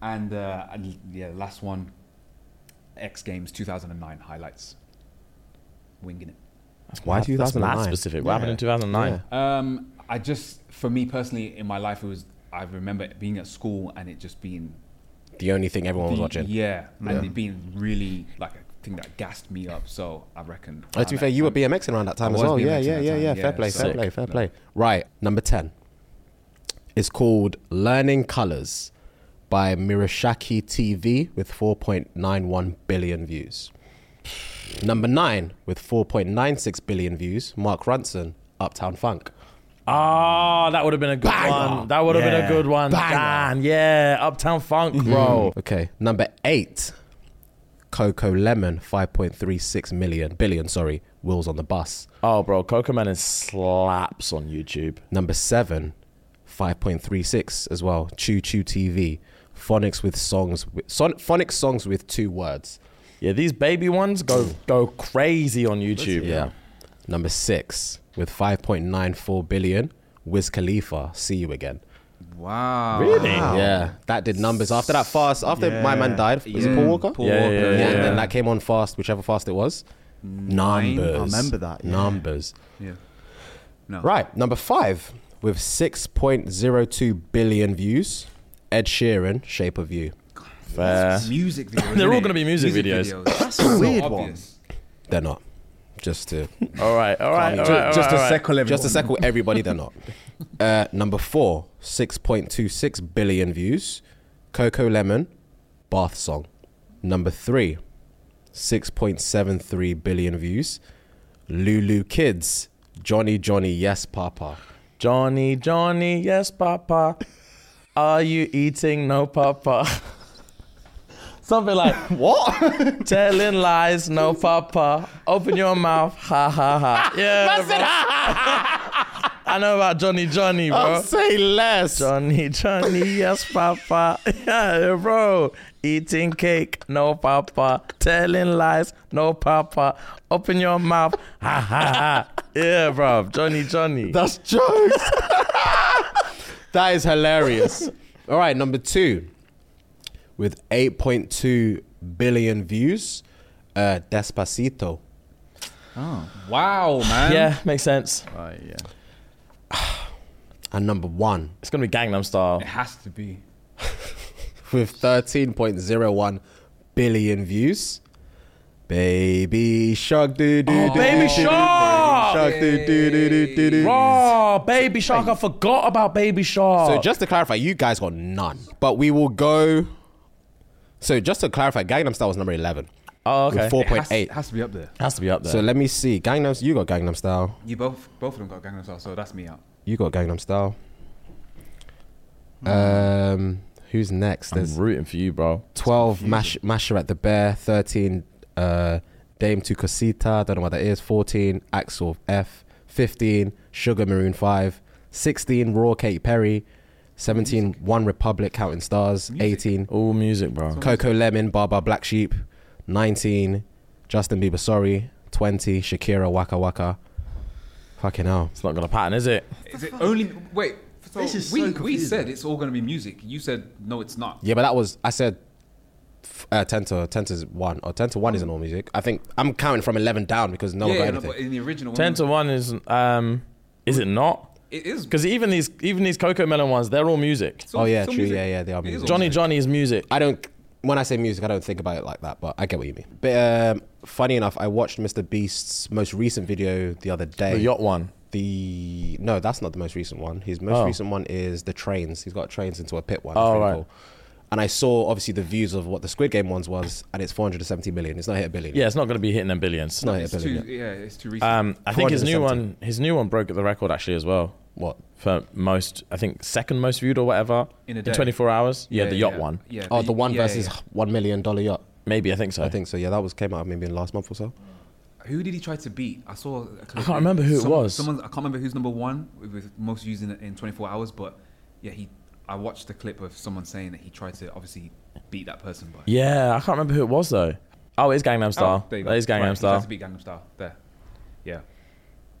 Speaker 3: And uh, and yeah, last one. X Games 2009 highlights. Winging it.
Speaker 1: Why
Speaker 2: That's- that's mad
Speaker 1: 2009?
Speaker 2: specific. What happened in 2009?
Speaker 3: Um, I just, for me personally, in my life, it was I remember it being at school and it just being
Speaker 1: The only thing everyone was
Speaker 3: the-
Speaker 1: watching.
Speaker 3: Yeah, and it being really like a thing that gassed me up. So I reckon.
Speaker 1: Uh, to be
Speaker 3: I'm
Speaker 1: fair,
Speaker 3: at-
Speaker 1: you were BMXing around that time
Speaker 3: I
Speaker 1: as
Speaker 3: was
Speaker 1: well. Yeah,
Speaker 3: BMXing
Speaker 1: yeah,
Speaker 3: that
Speaker 1: yeah,
Speaker 3: time,
Speaker 1: yeah,
Speaker 3: yeah,
Speaker 1: Fair play, fair
Speaker 3: sick.
Speaker 1: play, fair play. Right, number 10. It's called Learning Colors by Mirashaki TV with 4.91 billion views. Number 9 with 4.96 billion views, Mark Ronson, Uptown Funk.
Speaker 2: Ah, that would have been a good
Speaker 1: Banger.
Speaker 2: one. That would have been a
Speaker 1: Yeah.
Speaker 2: good one.
Speaker 1: Banger.
Speaker 2: Dan, yeah, Uptown Funk,
Speaker 4: [LAUGHS]
Speaker 2: bro.
Speaker 1: Okay, number 8 Coco Lemon 5.36 million billion, sorry, Wheels on the Bus.
Speaker 2: oh, bro, Coco Melon slaps on YouTube.
Speaker 1: Number seven, 5.36 as well. Choo Choo TV. Phonics with songs. With, son, phonics songs with two words.
Speaker 2: Yeah, these baby ones go go crazy on YouTube.
Speaker 1: Yeah. Number six, with 5.94 billion, Wiz Khalifa, See You Again.
Speaker 3: Wow.
Speaker 2: Really?
Speaker 1: Yeah. That did numbers. After that fast, after My Man Died, was it
Speaker 3: Yeah.
Speaker 1: Paul
Speaker 4: Mm.
Speaker 1: Walker?
Speaker 3: Paul
Speaker 2: Yeah,
Speaker 3: Walker.
Speaker 2: yeah, yeah,
Speaker 1: yeah,
Speaker 2: yeah.
Speaker 1: and then that came on fast, whichever fast it was. Numbers.
Speaker 4: I remember that, yeah.
Speaker 1: Numbers.
Speaker 3: Yeah. No.
Speaker 1: Right, number five with 6.02 billion views. Ed Sheeran, Shape of You.
Speaker 2: Fair.
Speaker 3: Music videos.
Speaker 2: They're all
Speaker 3: innit?
Speaker 2: gonna be music videos.
Speaker 3: That's
Speaker 4: a weird one.
Speaker 1: They're not. Just to
Speaker 2: All right, all right, all
Speaker 1: Ju-
Speaker 2: Oh, right.
Speaker 1: just
Speaker 2: all right, all
Speaker 1: a
Speaker 2: right.
Speaker 1: second, just a second. Everybody, they're not. Uh, number four, six point two six billion views. Coco Lemon, Bath Song. Number three, six point seven three billion views. Lulu Kids, Johnny Johnny, Yes Papa.
Speaker 2: Johnny, Johnny, yes, Papa. Are you eating? No, Papa. Something like
Speaker 1: What?
Speaker 2: [LAUGHS] telling lies, no, Papa. Open your mouth, ha ha ha. Yeah,
Speaker 1: [LAUGHS]
Speaker 2: bro. I know about Johnny, Johnny, bro.
Speaker 1: say less.
Speaker 2: Johnny, Johnny, yes, Papa. [LAUGHS] Yeah, bro. Eating cake, no, Papa. Telling lies, no, Papa. Open your mouth, ha ha ha. Yeah, bro. Johnny, Johnny.
Speaker 1: That's jokes. that is hilarious. All right, number two, with 8.2 billion views, uh, Despacito.
Speaker 3: Wow, man.
Speaker 2: yeah, makes sense.
Speaker 1: And number one,
Speaker 2: It's gonna be Gangnam Style.
Speaker 3: It has to be.
Speaker 1: with 13.01 billion views, Baby Shark. Doo, doo, doo,
Speaker 2: Oh, Baby
Speaker 1: doo, doo,
Speaker 2: Shark!
Speaker 1: Baby Shark. Doo, doo, doo, doo, doo, doo.
Speaker 2: Raw, Baby Shark. I forgot about Baby Shark.
Speaker 1: So just to clarify, you guys got none, but we will go. So just to clarify, Gangnam Style was number 11.
Speaker 2: oh,
Speaker 1: with
Speaker 2: okay.
Speaker 3: It has,
Speaker 1: 4.8.
Speaker 3: it has to be up there.
Speaker 2: Has to be up there.
Speaker 1: So let me see. Gangnam, you got Gangnam Style.
Speaker 3: You both, both of them got Gangnam Style, so that's me out.
Speaker 1: You got Gangnam Style.
Speaker 2: Mm.
Speaker 1: Um, who's next? There's
Speaker 2: rooting for you, bro.
Speaker 1: twelve Mash Masher at the Bear, thirteen uh, Dame to Casita, don't know what that is, 14, Axel F, 15, Sugar Maroon 5, 16, Raw Kate Perry, 17, One Republic, Counting Stars, 18,
Speaker 2: All Oh, music, bro.
Speaker 1: Coco Lemon, Baba Black Sheep, 19, Justin Bieber, sorry, 20, Shakira, Waka Waka. Fucking hell.
Speaker 2: It's not gonna pattern, is it?
Speaker 3: Is it only wait? So
Speaker 4: This is so
Speaker 3: we we
Speaker 4: confusing.
Speaker 3: said it's all gonna be music. You said no, it's not.
Speaker 1: Yeah, but that was, I said f- uh, 10 to 10 to 1, or 10 to 1 isn't all music. I think I'm counting from 11 down because no one got
Speaker 3: yeah, no,
Speaker 1: anything.
Speaker 3: but in the original
Speaker 2: Ten
Speaker 3: one,
Speaker 2: to one is um, is it not?
Speaker 3: it is
Speaker 2: Because even these even these Coco Melon ones, they're all music.
Speaker 3: it's all-
Speaker 1: oh, yeah,
Speaker 3: it's all
Speaker 1: true,
Speaker 3: music.
Speaker 1: yeah, yeah, they are
Speaker 3: It is
Speaker 1: music.
Speaker 3: all
Speaker 2: Johnny Johnny is music.
Speaker 1: I don't. When I say music, I don't think about it like that, but I get what you mean. But um, funny enough, I watched Mr. Beast's most recent video the other day.
Speaker 2: The yacht one.
Speaker 1: The no, that's not the most recent one. His most
Speaker 2: Oh.
Speaker 1: recent one is the trains. He's got trains into a pit one.
Speaker 2: Oh,
Speaker 1: It's really
Speaker 2: right.
Speaker 1: cool. And I saw obviously the views of what the Squid Game ones was, and it's 470 million. It's not hit a billion.
Speaker 2: Yeah, it's not gonna be hitting them billions.
Speaker 1: it's not hit
Speaker 3: It's
Speaker 1: a billion.
Speaker 3: too,
Speaker 1: yet.
Speaker 3: yeah, it's too recent.
Speaker 2: Um, I think his new
Speaker 1: 470.
Speaker 2: one his new one broke the record actually as well.
Speaker 1: What?
Speaker 2: For most, I think second most viewed or whatever
Speaker 3: In a day.
Speaker 2: 24 hours. Yeah, the yacht
Speaker 3: yeah,
Speaker 2: one.
Speaker 3: Yeah.
Speaker 1: oh, the one
Speaker 3: yeah,
Speaker 1: versus
Speaker 3: yeah.
Speaker 1: one million dollar yacht.
Speaker 2: Maybe I think so.
Speaker 1: I think so. Yeah, that was came out maybe in last month or so.
Speaker 3: Who did he try to beat? I saw. I
Speaker 2: can't remember who it was.
Speaker 3: Someone. I can't remember who's number one with, with most views in, in 24 hours. But yeah, he. I watched the clip of someone saying that he tried to obviously beat that person. By
Speaker 2: Yeah, I can't remember who it was though. Oh, it's Gangnam Style.
Speaker 3: Oh, there you go.
Speaker 2: that is Gangnam
Speaker 3: Right, he tried
Speaker 2: Style.
Speaker 3: to beat Gangnam Style. There. Yeah.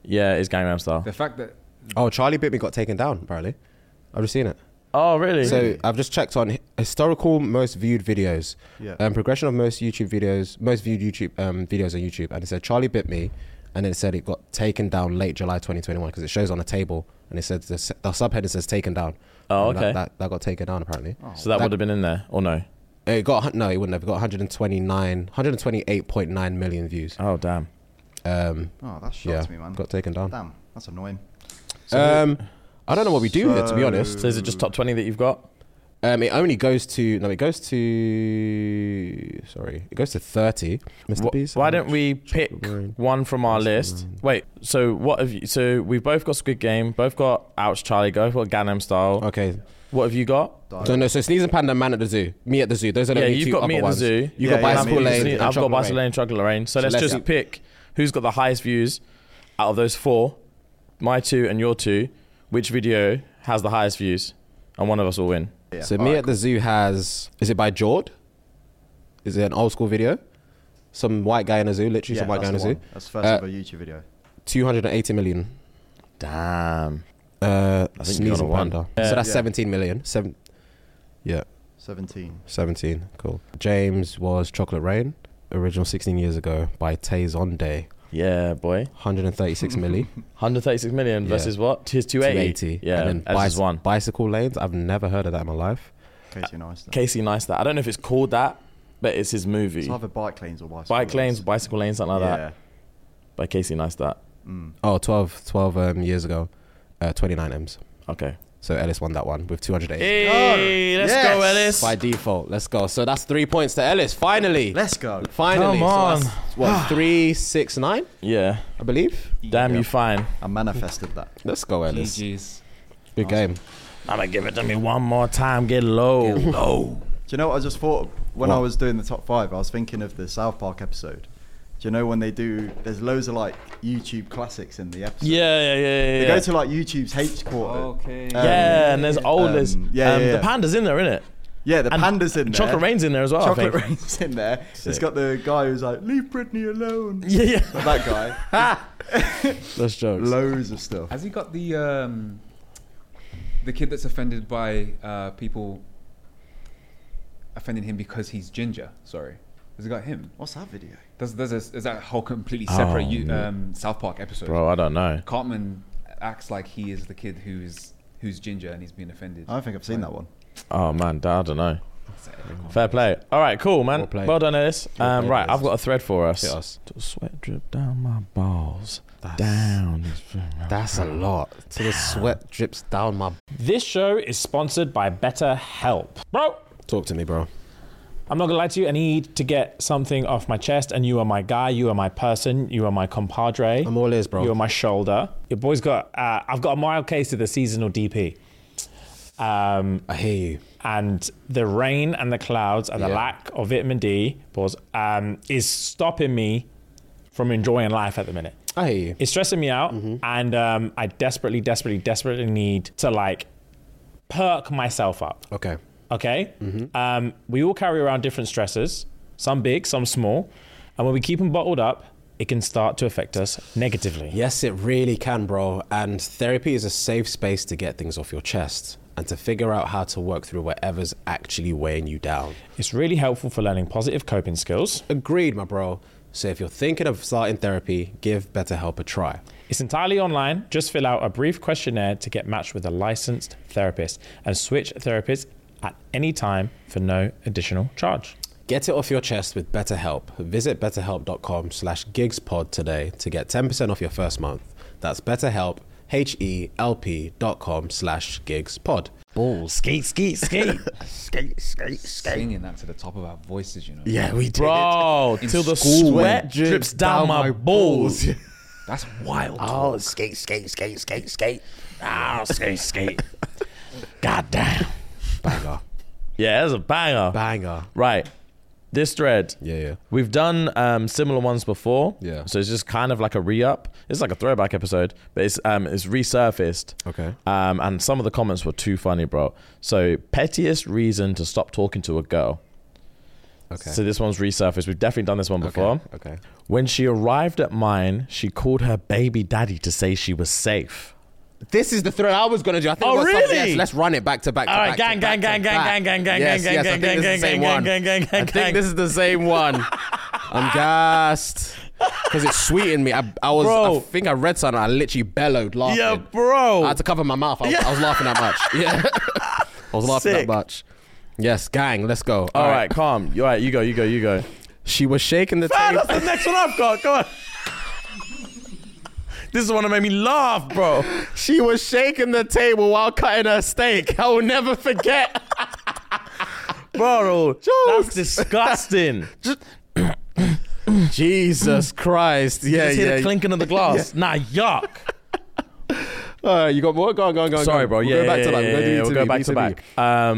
Speaker 2: yeah, it's Gangnam Style.
Speaker 3: The fact that
Speaker 1: Oh, Charlie Bittman got taken down apparently. I've just seen it.
Speaker 2: Oh, really?
Speaker 1: So I've just checked on hi- historical most viewed videos,
Speaker 4: Yeah.
Speaker 1: um, progression of most YouTube videos, most viewed YouTube um, videos on YouTube, and it said Charlie bit me, and then it said it got taken down late July 2021 because it shows on a table and it said the, s- the subheader says taken down.
Speaker 2: Oh,
Speaker 1: And that-
Speaker 2: okay. Oh.
Speaker 1: That, that, got taken down apparently.
Speaker 2: so that, would have been in there, or no?
Speaker 1: It got hun- no, it wouldn't have. It got 129, 128.9 million views.
Speaker 2: Oh, damn.
Speaker 1: Um,
Speaker 4: Oh, that
Speaker 1: yeah,
Speaker 4: shocks me, man.
Speaker 1: got taken down.
Speaker 4: Damn, that's annoying.
Speaker 1: Um, I don't know what we do here to be honest.
Speaker 2: So is it just top 20 that you've got?
Speaker 1: Um, it only goes to no, it goes to sorry, it goes to thirty. Mr.
Speaker 2: Wh-
Speaker 1: Beast.
Speaker 2: Why don't we pick
Speaker 1: Maroon.
Speaker 2: one from our list? Wait, so what have you? So we've both got Squid Game, both got Ouch Charlie, both got Gangnam Style.
Speaker 1: Okay.
Speaker 2: What have you got?
Speaker 1: So no, so Sneeze and Panda, Man at the Zoo, Me at the Zoo. Those are the
Speaker 2: yeah,
Speaker 1: only two
Speaker 2: you've got
Speaker 1: upper
Speaker 2: me at the
Speaker 1: ones.
Speaker 2: zoo.
Speaker 1: You
Speaker 4: Yeah,
Speaker 1: got
Speaker 4: yeah,
Speaker 1: Bicycle
Speaker 4: me at the
Speaker 1: Lane.
Speaker 4: zoo.
Speaker 1: and
Speaker 2: I've got
Speaker 1: Chocolate
Speaker 2: Bicycle
Speaker 1: Rain.
Speaker 2: Lane, Chocolate Rain. So,
Speaker 1: So
Speaker 2: let's,
Speaker 1: let's-
Speaker 2: just
Speaker 1: yeah.
Speaker 2: pick who's got the highest views out of those four, my two and your two. Which video has the highest views, and one of us will win.
Speaker 4: Yeah.
Speaker 1: So Me
Speaker 4: alright,
Speaker 1: at the Zoo has is it by Jord? Is it an old school video? Some white guy in a zoo, literally
Speaker 4: cool.
Speaker 1: some white guy
Speaker 4: that's
Speaker 1: in a
Speaker 4: the
Speaker 1: zoo.
Speaker 4: one. That's first
Speaker 1: Uh,
Speaker 4: ever YouTube video.
Speaker 1: Two hundred and eighty million.
Speaker 2: Damn.
Speaker 1: Uh,
Speaker 2: think you're
Speaker 1: Sneeze and
Speaker 2: on a one.
Speaker 1: Panda.
Speaker 2: Yeah.
Speaker 1: so that's
Speaker 4: Yeah.
Speaker 1: seventeen million. Seven. Yeah.
Speaker 4: 17.
Speaker 1: 17, cool. James was Chocolate Rain, original 16 years ago by Tay Zonday.
Speaker 2: Yeah, boy.
Speaker 1: 136
Speaker 2: [LAUGHS]
Speaker 1: milli,
Speaker 2: 136 million
Speaker 1: Yeah.
Speaker 2: versus what? Here's 280.
Speaker 1: 280.
Speaker 2: Yeah,
Speaker 1: and then
Speaker 2: that's just
Speaker 1: bicy-
Speaker 2: one.
Speaker 1: Bicycle Lanes, I've never heard of that in my life.
Speaker 4: Casey Neistat.
Speaker 2: Casey Neistat. I don't know if it's called that, but it's his
Speaker 4: it's
Speaker 2: movie.
Speaker 4: either bike lanes or bicycle
Speaker 2: Bike lanes, bicycle lanes, something like
Speaker 4: yeah.
Speaker 2: that. By Casey Neistat.
Speaker 1: Oh, 12, 12 um, years ago, uh, 29 M's.
Speaker 2: Okay.
Speaker 1: So Ellis won that one with 208.
Speaker 2: Hey, let's go, Ellis.
Speaker 1: By default, let's go. So that's three points to Ellis, finally.
Speaker 4: Let's go.
Speaker 1: Finally.
Speaker 2: Come
Speaker 1: So that's, what, 369,
Speaker 2: Yeah.
Speaker 1: I believe?
Speaker 2: Damn, you fine.
Speaker 4: I manifested that.
Speaker 1: Let's go, Ellis.
Speaker 3: GG's.
Speaker 1: Good game.
Speaker 2: I'm going to give it to me one more time. Get low.
Speaker 3: Oh.
Speaker 4: Do you know what I just thought when I
Speaker 1: What?
Speaker 4: was doing the top five? I was thinking of the South Park episode. Do you know when they do? There's loads of like YouTube classics in the episode.
Speaker 2: [LAUGHS] Yeah, yeah, yeah, yeah.
Speaker 4: They
Speaker 2: yeah.
Speaker 4: go to like YouTube's H quarter.
Speaker 3: Okay.
Speaker 2: yeah, and there's old. there's,
Speaker 4: um, yeah,
Speaker 2: um,
Speaker 4: yeah,
Speaker 2: The
Speaker 4: yeah.
Speaker 2: panda's in there, innit?
Speaker 4: Yeah, the
Speaker 2: And
Speaker 4: pandas in there.
Speaker 2: Chocolate Rain's in there as well.
Speaker 4: Chocolate
Speaker 2: I think.
Speaker 4: rain's in there. It's
Speaker 2: Sick.
Speaker 4: got the guy who's like, "Leave Britney alone."
Speaker 2: [LAUGHS] Yeah,
Speaker 4: [LAUGHS]
Speaker 2: yeah.
Speaker 4: That guy.
Speaker 2: [LAUGHS]
Speaker 1: Let's jokes.
Speaker 4: loads of stuff.
Speaker 3: Has he got the um, the kid that's offended by uh, people offending him because he's ginger? Sorry, has he got him?
Speaker 4: What's that video?
Speaker 3: There's there's a, there's that whole completely separate you, um, South Park episode.
Speaker 2: Bro, I don't know.
Speaker 3: Cartman acts like he is the kid who's who's ginger and he's being offended.
Speaker 4: I don't think I've seen that one.
Speaker 2: Oh, man, I don't know.
Speaker 3: It's epic one.
Speaker 2: Fair play. All right, cool, man.
Speaker 1: Well played.
Speaker 2: Well done, Ellis.
Speaker 1: Well
Speaker 2: Um,
Speaker 1: played,
Speaker 2: right,
Speaker 1: Ellis.
Speaker 2: I've got a thread for us.
Speaker 1: Hit us.
Speaker 2: Sweat drip down my balls. Down. [LAUGHS]
Speaker 1: That's a lot. So the sweat drips down my.
Speaker 5: This show is sponsored by BetterHelp. Bro,
Speaker 1: Talk to me, bro.
Speaker 5: I'm not gonna lie to you, I need to get something off my chest, and you are my guy, you are my person, you are my compadre.
Speaker 1: I'm all ears, bro.
Speaker 5: You are my shoulder. Your boy's got, uh, I've got a mild case of the seasonal DP. Um,
Speaker 1: I hear you.
Speaker 5: and the rain and the clouds and the
Speaker 1: Yeah.
Speaker 5: lack of vitamin D pause, um, is stopping me from enjoying life at the minute.
Speaker 1: I hear you.
Speaker 5: It's stressing me out,
Speaker 1: Mm-hmm.
Speaker 5: and um, I desperately, desperately, desperately need to like perk myself up.
Speaker 1: Okay.
Speaker 5: Okay.
Speaker 2: Mm-hmm.
Speaker 5: Um, we all carry around different stresses, some big, some small, and when we keep them bottled up, it can start to affect us negatively.
Speaker 1: Yes, it really can, bro. And therapy is a safe space to get things off your chest and to figure out how to work through whatever's actually weighing you down.
Speaker 5: It's really helpful for learning positive coping skills.
Speaker 1: Agreed, my bro. So if you're thinking of starting therapy, give BetterHelp a try.
Speaker 5: It's entirely online. Just fill out a brief questionnaire to get matched with a licensed therapist and switch therapists at any time for no additional charge.
Speaker 1: Get it off your chest with BetterHelp. Visit betterhelp.com slash gigspod today to get 10% off your first month. That's betterhelp, H-E-L-P dot com slash gigspod.
Speaker 6: Balls. Skate, skate, skate. skate, skate,
Speaker 3: Singing that to the top of our voices, you know.
Speaker 1: Yeah, we did
Speaker 2: Oh, Bro, till the sweat drips down, my balls. [LAUGHS]
Speaker 3: That's wild.
Speaker 6: Oh, skate, skate, skate, skate, skate. Ah, skate,
Speaker 2: [LAUGHS]
Speaker 6: skate. God damn.
Speaker 1: Banger.
Speaker 2: Yeah, that's a banger.
Speaker 1: Banger.
Speaker 2: Right. This thread.
Speaker 1: Yeah, yeah.
Speaker 2: We've done um, similar ones before.
Speaker 1: Yeah.
Speaker 2: So it's just kind of like a re up. It's like a throwback episode, but it's um it's resurfaced.
Speaker 1: Okay.
Speaker 2: Um, and some of the comments were too funny, bro. So pettiest reason to stop talking to a girl.
Speaker 1: Okay.
Speaker 2: So this one's resurfaced. We've definitely done this one before.
Speaker 1: okay.
Speaker 2: When she arrived at mine, she called her baby daddy to say she was safe.
Speaker 1: This is the thread I was gonna do. I think
Speaker 2: Oh,
Speaker 1: it was something
Speaker 2: really?
Speaker 1: else. Let's run it back to back. to
Speaker 2: All right,
Speaker 1: back
Speaker 2: gang,
Speaker 1: to back
Speaker 2: gang,
Speaker 1: to
Speaker 2: gang,
Speaker 1: back.
Speaker 2: gang, gang, gang,
Speaker 1: Yes,
Speaker 2: gang,
Speaker 1: yes, I
Speaker 2: gang,
Speaker 1: think this is the
Speaker 2: gang,
Speaker 1: same
Speaker 2: gang,
Speaker 1: one.
Speaker 2: gang, gang,
Speaker 1: I
Speaker 2: gang, gang.
Speaker 1: think this is the same one. I'm gassed because it's sweetened me. I, I was. I
Speaker 2: Bro.
Speaker 1: think I read something. I literally bellowed laughing.
Speaker 2: Yeah, bro.
Speaker 1: I had to cover my mouth. I, was- I was laughing that much. Yeah, [LAUGHS] I was laughing
Speaker 2: Sick.
Speaker 1: that much. Yes, gang, let's go.
Speaker 2: All right, calm. All right, you go, you go, you go.
Speaker 1: She was shaking the
Speaker 2: Man,
Speaker 1: table.
Speaker 2: Ah, that's the next one I've got. Come on. [LAUGHS] This is one that made me laugh, bro.
Speaker 1: [LAUGHS]
Speaker 2: [LAUGHS]
Speaker 1: She was shaking the table while cutting her steak. I will never
Speaker 2: [LAUGHS]
Speaker 1: forget.
Speaker 2: Bro,
Speaker 1: Jokes.
Speaker 2: that's [LAUGHS] disgusting.
Speaker 1: Jesus Christ. Yeah,
Speaker 2: Just hear
Speaker 1: yeah.
Speaker 2: the clinking of the glass. [LAUGHS] Nah, yuck.
Speaker 1: Uh, you got more? Go on, go on, go on.
Speaker 2: Sorry, bro.
Speaker 1: We'll
Speaker 2: yeah,
Speaker 1: go back
Speaker 2: yeah,
Speaker 1: to that.
Speaker 2: yeah,
Speaker 1: We'll
Speaker 2: yeah, yeah, we'll go
Speaker 1: do
Speaker 2: back
Speaker 1: you
Speaker 2: to
Speaker 1: back.
Speaker 2: back.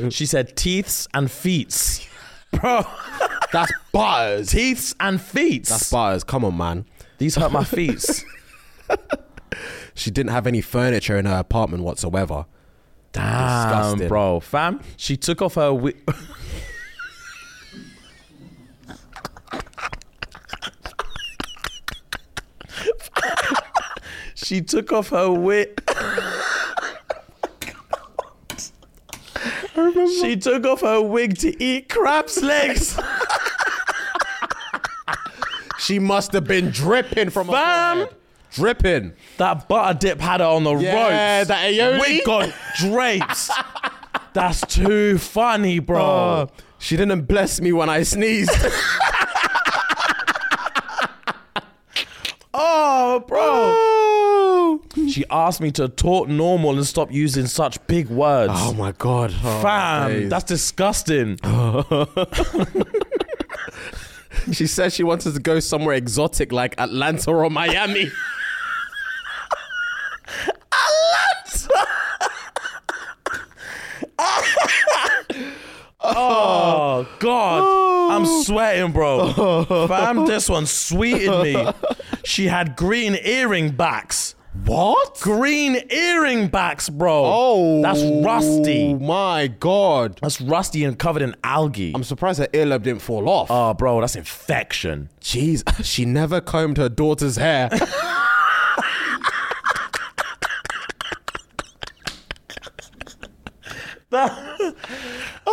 Speaker 2: Um, [LAUGHS] she said teeths and feets. Bro,
Speaker 1: That's bars.
Speaker 2: teeths and feets.
Speaker 1: That's bars. Come on, man.
Speaker 2: These
Speaker 1: [LAUGHS]
Speaker 2: hurt my feets.
Speaker 1: She didn't have any furniture in her apartment whatsoever.
Speaker 2: Damn,
Speaker 1: Disgusting.
Speaker 2: Um, bro. Fam, she took off her. Wi- [LAUGHS] she took off
Speaker 1: [LAUGHS]
Speaker 2: her wig. [LAUGHS] She took off her wig to eat crab's legs.
Speaker 1: [LAUGHS] She must have been dripping from her
Speaker 2: Fam.
Speaker 1: forehead. Dripping.
Speaker 2: That butter dip had her on the
Speaker 1: Yeah,
Speaker 2: ropes.
Speaker 1: that aioli.
Speaker 2: Wig got drapes. That's too funny, bro.
Speaker 1: Oh, she didn't bless me when I
Speaker 2: [LAUGHS]
Speaker 1: sneezed.
Speaker 2: Oh, bro. she asked me to talk normal and stop using such big words.
Speaker 1: oh my god. Oh,
Speaker 2: Fam,
Speaker 1: days.
Speaker 2: that's disgusting.
Speaker 1: she said she wanted to go somewhere exotic like Atlanta or
Speaker 2: [LAUGHS]
Speaker 1: Miami.
Speaker 2: Oh God, I'm sweating, bro.
Speaker 1: [LAUGHS]
Speaker 2: Fam, this one sweeted me. She had green earring backs.
Speaker 1: what?
Speaker 2: Green earring backs, bro.
Speaker 1: Oh,
Speaker 2: that's rusty.
Speaker 1: My god.
Speaker 2: That's rusty and covered in algae.
Speaker 1: I'm surprised her earlobe didn't fall off.
Speaker 2: oh, bro, that's infection.
Speaker 1: Jeez, [LAUGHS] she never combed her daughter's
Speaker 2: [LAUGHS]
Speaker 1: hair.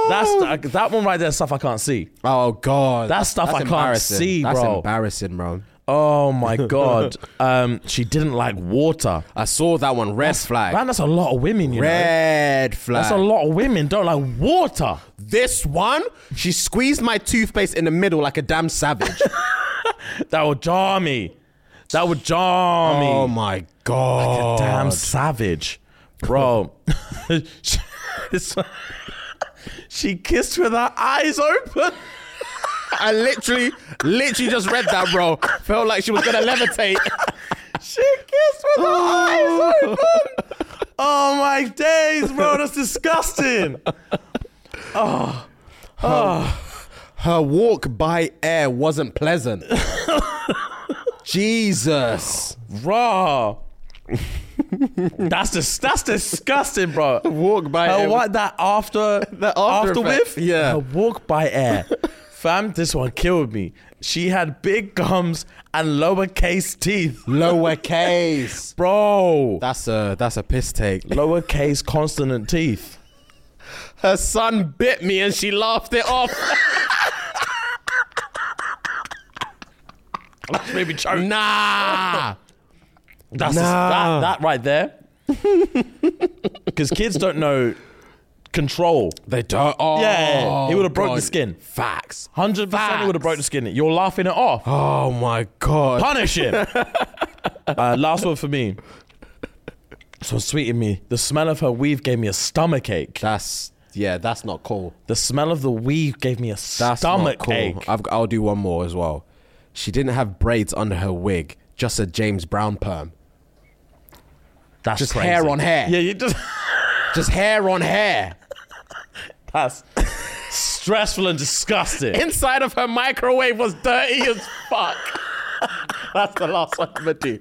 Speaker 2: That's that one right there. is Stuff I can't see.
Speaker 1: oh god,
Speaker 2: That's stuff I can't
Speaker 1: embarrassing.
Speaker 2: see,
Speaker 1: That's
Speaker 2: bro.
Speaker 1: embarrassing, bro.
Speaker 2: Oh
Speaker 1: [LAUGHS]
Speaker 2: my god. um, she didn't like water.
Speaker 1: I saw that one. Red flag.
Speaker 2: Man, that's a lot of women, you know.
Speaker 1: Red flag.
Speaker 2: That's a lot of women don't like water.
Speaker 1: This one, she squeezed my toothpaste in the middle like a damn savage.
Speaker 2: That would jar me. That would jar me.
Speaker 1: oh my god.
Speaker 2: Damn savage,
Speaker 1: [LAUGHS]
Speaker 2: bro. She- this one- she kissed with her eyes open.
Speaker 1: I literally, literally just read that, bro. Felt like she was gonna levitate.
Speaker 2: She kissed with her eyes open. Oh my days, bro. That's disgusting. Oh.
Speaker 1: Her walk by air wasn't pleasant. Jesus.
Speaker 2: raw. [LAUGHS] that's dis- that's disgusting, bro.
Speaker 1: Walk by
Speaker 2: Her
Speaker 1: air.
Speaker 2: What that
Speaker 1: [LAUGHS]
Speaker 2: after
Speaker 1: The after effect,
Speaker 2: afterwith?
Speaker 1: yeah.
Speaker 2: Her walk
Speaker 1: [LAUGHS]
Speaker 2: by air. Fam, this one killed me. She had big gums and lowercase teeth,
Speaker 1: Lowercase. [LAUGHS]
Speaker 2: bro.
Speaker 1: That's a that's a piss take.
Speaker 2: lowercase consonant teeth.
Speaker 1: Her son bit me and she laughed it
Speaker 2: [LAUGHS]
Speaker 1: off.
Speaker 2: Maybe choke.
Speaker 1: nah.
Speaker 2: [LAUGHS] That's
Speaker 1: Nah.
Speaker 2: that, that right [LAUGHS] there. Because kids don't know control.
Speaker 1: They don't. Oh,
Speaker 2: Yeah, he would've broke the
Speaker 1: God.
Speaker 2: skin.
Speaker 1: Facts.
Speaker 2: Hundred percent, he would have broke the skin. You're laughing it off. [LAUGHS]
Speaker 1: Oh my god.
Speaker 2: Punish him. [LAUGHS] uh, last one for me. So sweet in me. The smell of her weave gave me a stomach ache.
Speaker 1: That's yeah. That's not cool.
Speaker 2: The smell of the weave gave me a
Speaker 1: That's
Speaker 2: stomach
Speaker 1: not cool.
Speaker 2: ache.
Speaker 1: I've, I'll do one more as well. She didn't have braids under her wig. Just a James Brown perm.
Speaker 2: That's
Speaker 1: Just
Speaker 2: crazy.
Speaker 1: hair on hair.
Speaker 2: Yeah, you just [LAUGHS]
Speaker 1: Just hair on hair
Speaker 2: that's stressful and disgusting.
Speaker 1: inside of her microwave was dirty as
Speaker 2: [LAUGHS]
Speaker 1: fuck. That's the last one I'm gonna do.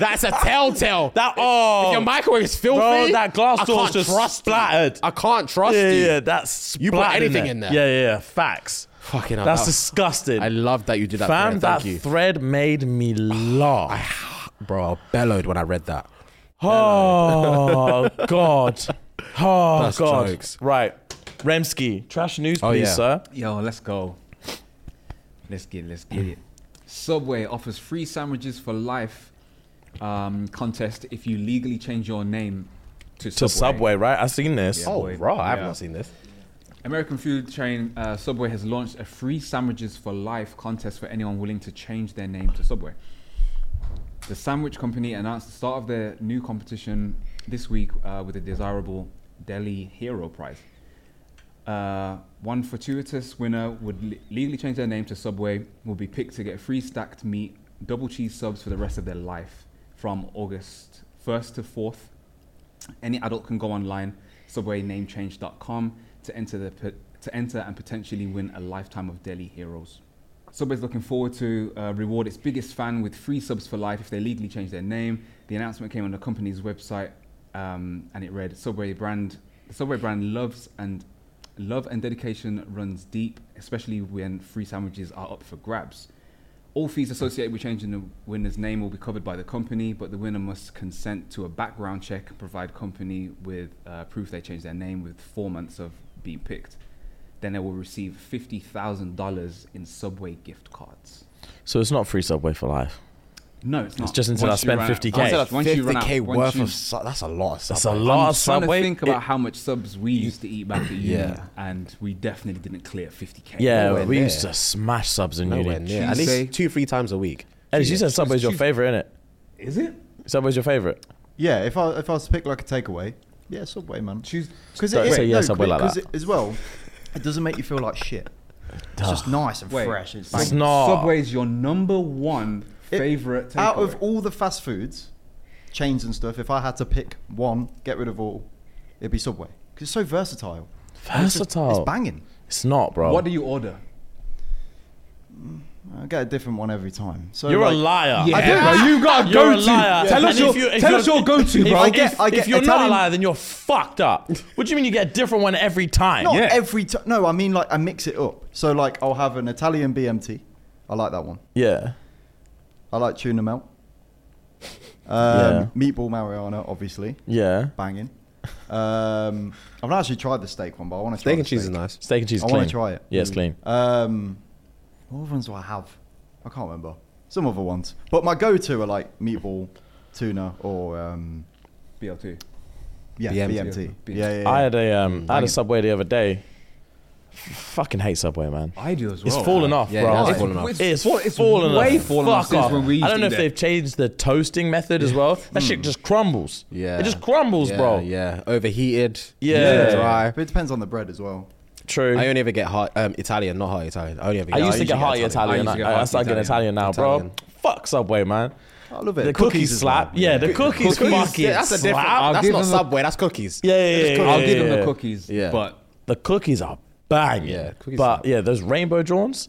Speaker 1: That's a telltale.
Speaker 2: That oh,
Speaker 1: If your microwave is filthy.
Speaker 2: bro, that glass
Speaker 1: I
Speaker 2: door's
Speaker 1: can't
Speaker 2: just
Speaker 1: trust you.
Speaker 2: splattered.
Speaker 1: I can't trust
Speaker 2: yeah,
Speaker 1: you.
Speaker 2: yeah, that's
Speaker 1: You put
Speaker 2: splattered
Speaker 1: anything in there.
Speaker 2: Yeah, yeah, yeah. Facts.
Speaker 1: Fucking hell,
Speaker 2: That's
Speaker 1: that-
Speaker 2: disgusting.
Speaker 1: I love that you did that.
Speaker 2: Fam,
Speaker 1: thread. Thank
Speaker 2: that
Speaker 1: you.
Speaker 2: thread made me laugh.
Speaker 1: Bro, I bellowed when I read that.
Speaker 2: Oh [LAUGHS] God. Oh
Speaker 1: That's
Speaker 2: God.
Speaker 1: jokes.
Speaker 2: Right. Remsky, trash news,
Speaker 1: Oh,
Speaker 2: please,
Speaker 1: yeah.
Speaker 2: sir.
Speaker 3: Yo, let's go. Let's get it, let's get it. Subway offers free sandwiches for life um, contest if you legally change your name to
Speaker 2: To
Speaker 3: Subway.
Speaker 2: Subway, right? I've seen this.
Speaker 3: Oh, boy. raw, I have Yeah. not
Speaker 1: seen this.
Speaker 3: American food chain uh, Subway has launched a free sandwiches for life contest for anyone willing to change their name to Subway. The sandwich company announced the start of their new competition this week uh, with a desirable Delhi Hero Prize. Uh, one fortuitous winner would le- legally change their name to Subway, will be picked to get free stacked meat, double cheese subs for the rest of their life from August 1st to 4th. Any adult can go online, subwaynamechange.com, to enter, the, pot- to enter and potentially win a lifetime of Delhi heroes. Subway's looking forward to uh, reward its biggest fan with free subs for life if they legally change their name. The announcement came on the company's website, um, and it read: "Subway brand, the Subway brand loves and love and dedication runs deep, especially when free sandwiches are up for grabs. All fees associated with changing the winner's name will be covered by the company, but the winner must consent to a background check and provide company with uh, proof they changed their name with four months of being picked." then they will receive fifty thousand dollars in Subway gift cards.
Speaker 2: So it's not free Subway for life.
Speaker 3: No, it's not.
Speaker 2: just until I
Speaker 3: Once you
Speaker 2: spend
Speaker 3: run out-
Speaker 2: 50K.
Speaker 3: once-
Speaker 2: Instead
Speaker 1: That's
Speaker 3: once you run out-
Speaker 1: 50k
Speaker 3: once
Speaker 1: worth
Speaker 3: you-
Speaker 1: of. Su- that's a lot. Of
Speaker 2: That's a
Speaker 1: sub-
Speaker 2: lot
Speaker 3: I'm
Speaker 2: of
Speaker 3: trying
Speaker 2: Subway.
Speaker 3: to think about
Speaker 2: It-
Speaker 3: how much subs we used to eat back at uni,
Speaker 1: Yeah.
Speaker 3: and we definitely didn't clear fifty k.
Speaker 2: yeah,
Speaker 1: Nowhere
Speaker 2: we
Speaker 1: near.
Speaker 2: used to smash subs in
Speaker 1: Nowhere
Speaker 2: uni.
Speaker 1: near. At
Speaker 3: Tuesday.
Speaker 1: least two, three times a week.
Speaker 2: Hey, you said Subway's your
Speaker 3: Tuesday.
Speaker 2: favorite, isn't it?
Speaker 3: is it
Speaker 2: Subway's your favorite.
Speaker 4: Yeah, if I if I was to pick like a takeaway, yeah, Subway, man.
Speaker 3: Tues-
Speaker 4: Because
Speaker 2: Don't say yeah, Subway like that.
Speaker 4: as well, it doesn't make you feel like shit. It's just nice and
Speaker 3: Wait.
Speaker 4: fresh. It's
Speaker 2: It's
Speaker 4: like,
Speaker 2: not.
Speaker 3: Subway is your number one
Speaker 4: It-
Speaker 3: favorite?
Speaker 4: out of
Speaker 3: takeaway?
Speaker 4: all the fast foods, chains and stuff, if I had to pick one, get rid of all, it'd be Subway because it's so versatile. And it's just-
Speaker 2: Versatile.
Speaker 4: It's banging.
Speaker 2: It's not, bro.
Speaker 3: what do you order?
Speaker 4: I get a different one every time. So
Speaker 2: You're
Speaker 4: like,
Speaker 2: a liar.
Speaker 3: I do, bro. You got
Speaker 2: You're a
Speaker 3: go-to.
Speaker 2: liar.
Speaker 3: Tell us
Speaker 2: And
Speaker 3: your-
Speaker 2: if you- if
Speaker 3: tell
Speaker 2: you're-
Speaker 3: us your go-to,
Speaker 2: if-
Speaker 3: bro.
Speaker 4: I get-
Speaker 2: if-
Speaker 4: I get
Speaker 2: if you're not a
Speaker 4: Italian-
Speaker 2: liar, then you're fucked up. What do you mean you get a different one every time?
Speaker 4: Not
Speaker 3: Yeah.
Speaker 4: every time. No, I mean like I mix it up. So like I'll have an Italian BMT. I like that one.
Speaker 2: Yeah.
Speaker 4: I like tuna
Speaker 5: [LAUGHS]
Speaker 4: melt. Um,
Speaker 2: Yeah.
Speaker 4: Meatball Mariana, obviously,
Speaker 2: Yeah.
Speaker 4: banging. Um, I've not actually tried the steak one, but I want to try.
Speaker 1: Steak
Speaker 4: the
Speaker 1: and cheese is
Speaker 4: steak.
Speaker 1: nice.
Speaker 2: Steak and cheese.
Speaker 4: I
Speaker 2: clean.
Speaker 4: want to try it.
Speaker 2: Yeah, it's clean.
Speaker 4: Um, what other ones do I have? I can't remember. Some other ones, but my go-to are like meatball, tuna, or um,
Speaker 3: BL2.
Speaker 4: yeah,
Speaker 1: BMT.
Speaker 4: BMT.
Speaker 3: BMT.
Speaker 4: Yeah, yeah, yeah.
Speaker 2: I had a um, I had a Subway the other day. F- fucking hate Subway, man.
Speaker 3: I do as well. uh,
Speaker 2: It's fallen off,
Speaker 1: Yeah,
Speaker 2: bro.
Speaker 1: it has
Speaker 2: It's
Speaker 1: fallen off.
Speaker 2: It's,
Speaker 3: fall- it's
Speaker 2: fallen
Speaker 3: way
Speaker 2: off.
Speaker 3: fallen off
Speaker 2: Fuck
Speaker 3: since when we used
Speaker 2: I don't
Speaker 3: to
Speaker 2: know
Speaker 3: eat
Speaker 2: if
Speaker 3: there.
Speaker 2: they've changed the toasting method as well. That shit just crumbles.
Speaker 1: Yeah.
Speaker 2: It just crumbles,
Speaker 1: yeah,
Speaker 2: bro.
Speaker 1: Yeah. Overheated.
Speaker 2: Yeah.
Speaker 1: Dry.
Speaker 4: But it depends on the bread as well.
Speaker 2: True.
Speaker 1: I
Speaker 2: I,
Speaker 1: only ever get hot um, Italian, not hot Italian. I only ever. Get,
Speaker 2: used to
Speaker 1: usually
Speaker 2: get hearty Italian. I,
Speaker 3: I used to get
Speaker 2: I,
Speaker 3: hearty
Speaker 2: started getting Italian
Speaker 3: Italian.
Speaker 2: now,
Speaker 1: Italian.
Speaker 2: bro. Fuck Subway, man.
Speaker 4: I love it.
Speaker 2: The cookies, slap. Yeah, the cookies, fucking
Speaker 1: That's a different.
Speaker 2: slap.
Speaker 1: that's
Speaker 3: give
Speaker 1: not
Speaker 3: them a-
Speaker 1: Subway. That's cookies.
Speaker 2: Yeah, yeah, yeah. yeah,
Speaker 3: I'll give
Speaker 2: yeah,
Speaker 3: them
Speaker 2: yeah.
Speaker 3: the cookies,
Speaker 1: Yeah.
Speaker 3: but
Speaker 2: The cookies are banging.
Speaker 1: Yeah, cookies
Speaker 2: but
Speaker 1: are-
Speaker 2: yeah, those rainbow drawns.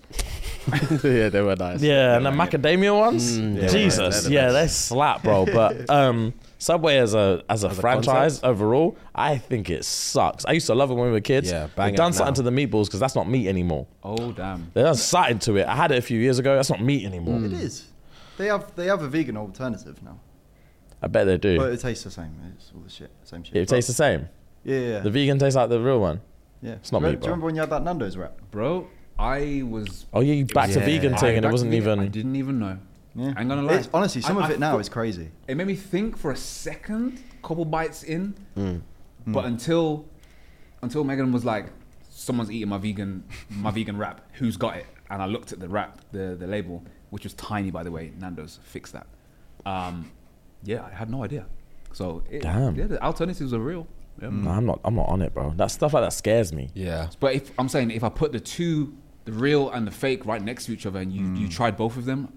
Speaker 1: [LAUGHS] yeah, they were nice.
Speaker 5: Yeah, and the macadamia ones.
Speaker 2: Mm,
Speaker 5: Jesus,
Speaker 1: they're the
Speaker 5: yeah,
Speaker 1: best.
Speaker 5: they slap, bro. But um, Subway as a as a franchise
Speaker 1: concept?
Speaker 5: overall, I think it sucks. I used to love it when we were kids.
Speaker 1: Yeah, bang
Speaker 5: They've
Speaker 1: it
Speaker 5: done
Speaker 1: up
Speaker 5: something
Speaker 1: now.
Speaker 5: to the meatballs because that's not meat anymore.
Speaker 3: Oh damn.
Speaker 5: They done something to it. I had it a few years ago. That's not meat anymore.
Speaker 4: It is. They have they have a vegan alternative now,
Speaker 5: I bet they do.
Speaker 4: but it tastes the same. It's all the shit, same shit.
Speaker 5: it tastes the same.
Speaker 4: Yeah, yeah.
Speaker 5: The vegan tastes like the real one.
Speaker 4: yeah.
Speaker 5: it's not
Speaker 4: do you,
Speaker 5: meat,
Speaker 4: Do
Speaker 5: bro.
Speaker 4: you remember when you had that Nando's wrap?
Speaker 3: Bro, I was
Speaker 5: Oh yeah, you back to
Speaker 1: Yeah.
Speaker 5: vegan
Speaker 3: I-
Speaker 5: thing, and it
Speaker 3: back to
Speaker 5: wasn't
Speaker 3: the-
Speaker 5: even.
Speaker 3: I didn't even know.
Speaker 4: Yeah.
Speaker 3: I'm gonna lie.
Speaker 4: It's, honestly, some
Speaker 3: I-
Speaker 4: of
Speaker 3: I
Speaker 4: it now
Speaker 3: thought-
Speaker 4: is crazy.
Speaker 3: It made me think for a second, couple bites in,
Speaker 5: Hmm.
Speaker 4: Hmm.
Speaker 3: but until until Megan was like, "Someone's eating my vegan my vegan wrap. Who's got it?" And I looked at the wrap, the the label, which was tiny by the way. Nando's fixed that. Um, yeah, I had no idea. So it,
Speaker 5: Damn. Hmm.
Speaker 3: yeah, the alternatives are real. Yeah.
Speaker 5: Nah, I'm not. I'm not on it, bro. That stuff like that scares me.
Speaker 1: Yeah.
Speaker 3: But if I'm saying if I put the two, the real and the fake, right next to each other, and you, you tried both of them,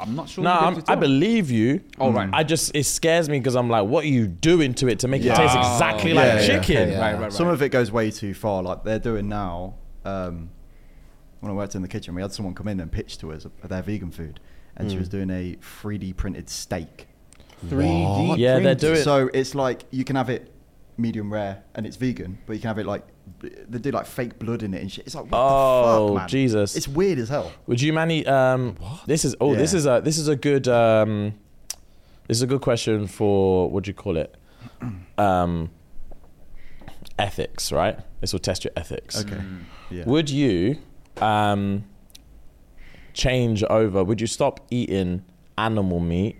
Speaker 3: I'm not sure.
Speaker 5: No,
Speaker 3: you'd be able
Speaker 5: I'm,
Speaker 3: to
Speaker 5: I
Speaker 3: tell.
Speaker 5: believe you.
Speaker 3: Oh, right.
Speaker 5: I just it scares me because I'm like, what are you doing to it to make it
Speaker 4: Yeah.
Speaker 5: taste
Speaker 4: Ah,
Speaker 5: exactly
Speaker 1: yeah,
Speaker 5: like
Speaker 1: yeah,
Speaker 5: chicken?
Speaker 1: yeah.
Speaker 3: Right, right, right.
Speaker 4: Some of it goes way too far. Like they're doing now. Um, when I worked in the kitchen, we had someone come in and pitch to us their vegan food, and
Speaker 1: Hmm.
Speaker 4: she was doing a 3D printed steak.
Speaker 3: 3D.
Speaker 5: Yeah, they're
Speaker 4: printed.
Speaker 5: doing.
Speaker 4: So it's like you can have it medium rare and it's vegan, but you can have it like they do like fake blood in it and shit. It's like what the
Speaker 5: Oh,
Speaker 4: fuck, man?
Speaker 5: Jesus.
Speaker 4: It's weird as hell.
Speaker 5: Would you man eat? Um, this is oh, this
Speaker 4: Yeah.
Speaker 5: is a this is a good um, this is a good question for what do you call it? Um, ethics, right? This will test your ethics.
Speaker 1: Hmm.
Speaker 4: Okay. Yeah.
Speaker 5: Would you um, change over? Would you stop eating animal meat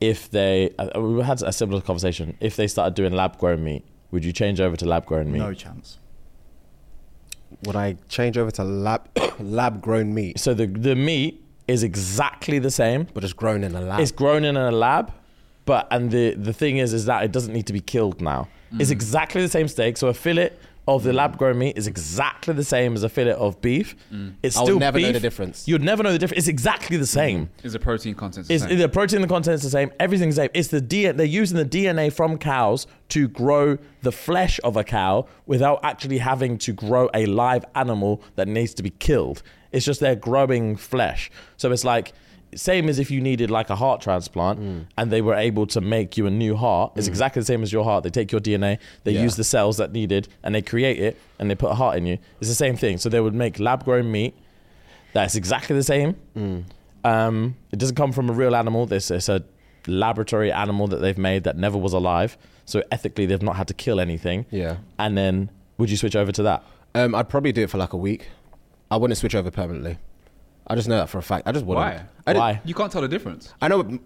Speaker 5: if they? Uh, we had a similar conversation. If they started doing lab grown meat, would you change over to lab grown meat?
Speaker 4: No chance.
Speaker 1: Would I change over to lab [COUGHS] lab grown meat,
Speaker 5: So the the meat is exactly the same.
Speaker 1: but it's grown in a lab?
Speaker 5: It's grown in a lab, but and the the thing is, is that it doesn't need to be killed now. It's
Speaker 1: Mm.
Speaker 5: exactly the same steak. So a fillet of the lab grown meat is exactly the same as a fillet of beef. It's
Speaker 1: Mm. I would
Speaker 5: still
Speaker 1: never know
Speaker 5: beef.
Speaker 1: the difference.
Speaker 5: You'd never know the difference. It's exactly the same.
Speaker 3: Is the protein content the
Speaker 5: It's,
Speaker 3: same?
Speaker 5: the protein, the content's the same. Everything's the same. It's the DNA. They're using the DNA from cows to grow the flesh of a cow without actually having to grow a live animal that needs to be killed. It's just they're growing flesh. So it's like same as if you needed like a heart transplant
Speaker 2: Mm.
Speaker 3: Hmm.
Speaker 5: and they were able to make you a new heart. It's exactly the same as your heart. They take your DNA, they
Speaker 1: Yeah.
Speaker 5: use the cells that needed, and they create it and they put a heart in you. It's the same thing. So they would make lab grown meat that's exactly the same. Um, it doesn't come from a real animal. This it's a laboratory animal that they've made that never was alive. So ethically, they've not had to kill anything.
Speaker 1: Yeah.
Speaker 5: And then, would you switch over to that?
Speaker 1: Um, I'd probably do it for like a week. I wouldn't switch over permanently. I just know that for a fact. I just wouldn't.
Speaker 3: Why?
Speaker 1: I didn't-
Speaker 5: Why?
Speaker 3: You can't tell the difference.
Speaker 1: I know.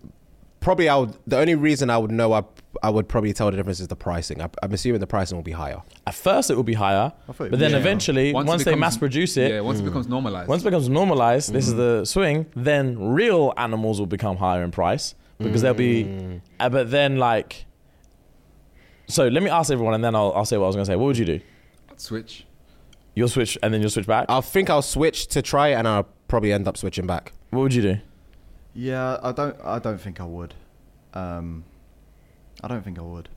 Speaker 1: Probably, I would. The only reason I would know, I I would probably tell the difference is the pricing. I, I'm assuming the pricing will be higher.
Speaker 5: At first, it will be higher,
Speaker 4: thought it
Speaker 5: but then
Speaker 4: was-
Speaker 5: eventually, once,
Speaker 3: it
Speaker 5: they
Speaker 3: becomes-
Speaker 5: mass produce it, Hmm.
Speaker 3: Yeah, once it becomes normalized.
Speaker 5: once it becomes normalized, this is the swing. Then real animals will become higher in price because they'll be. Uh, but then, like, so let me ask everyone, and then I'll, I'll say what I was going to say. What would you do?
Speaker 3: Switch.
Speaker 5: You'll switch, and then you'll switch back.
Speaker 1: I think I'll switch to try it, and I'll probably end up switching back.
Speaker 5: what would you do?
Speaker 4: Yeah, I don't. I don't think I would. Um, I don't think I would.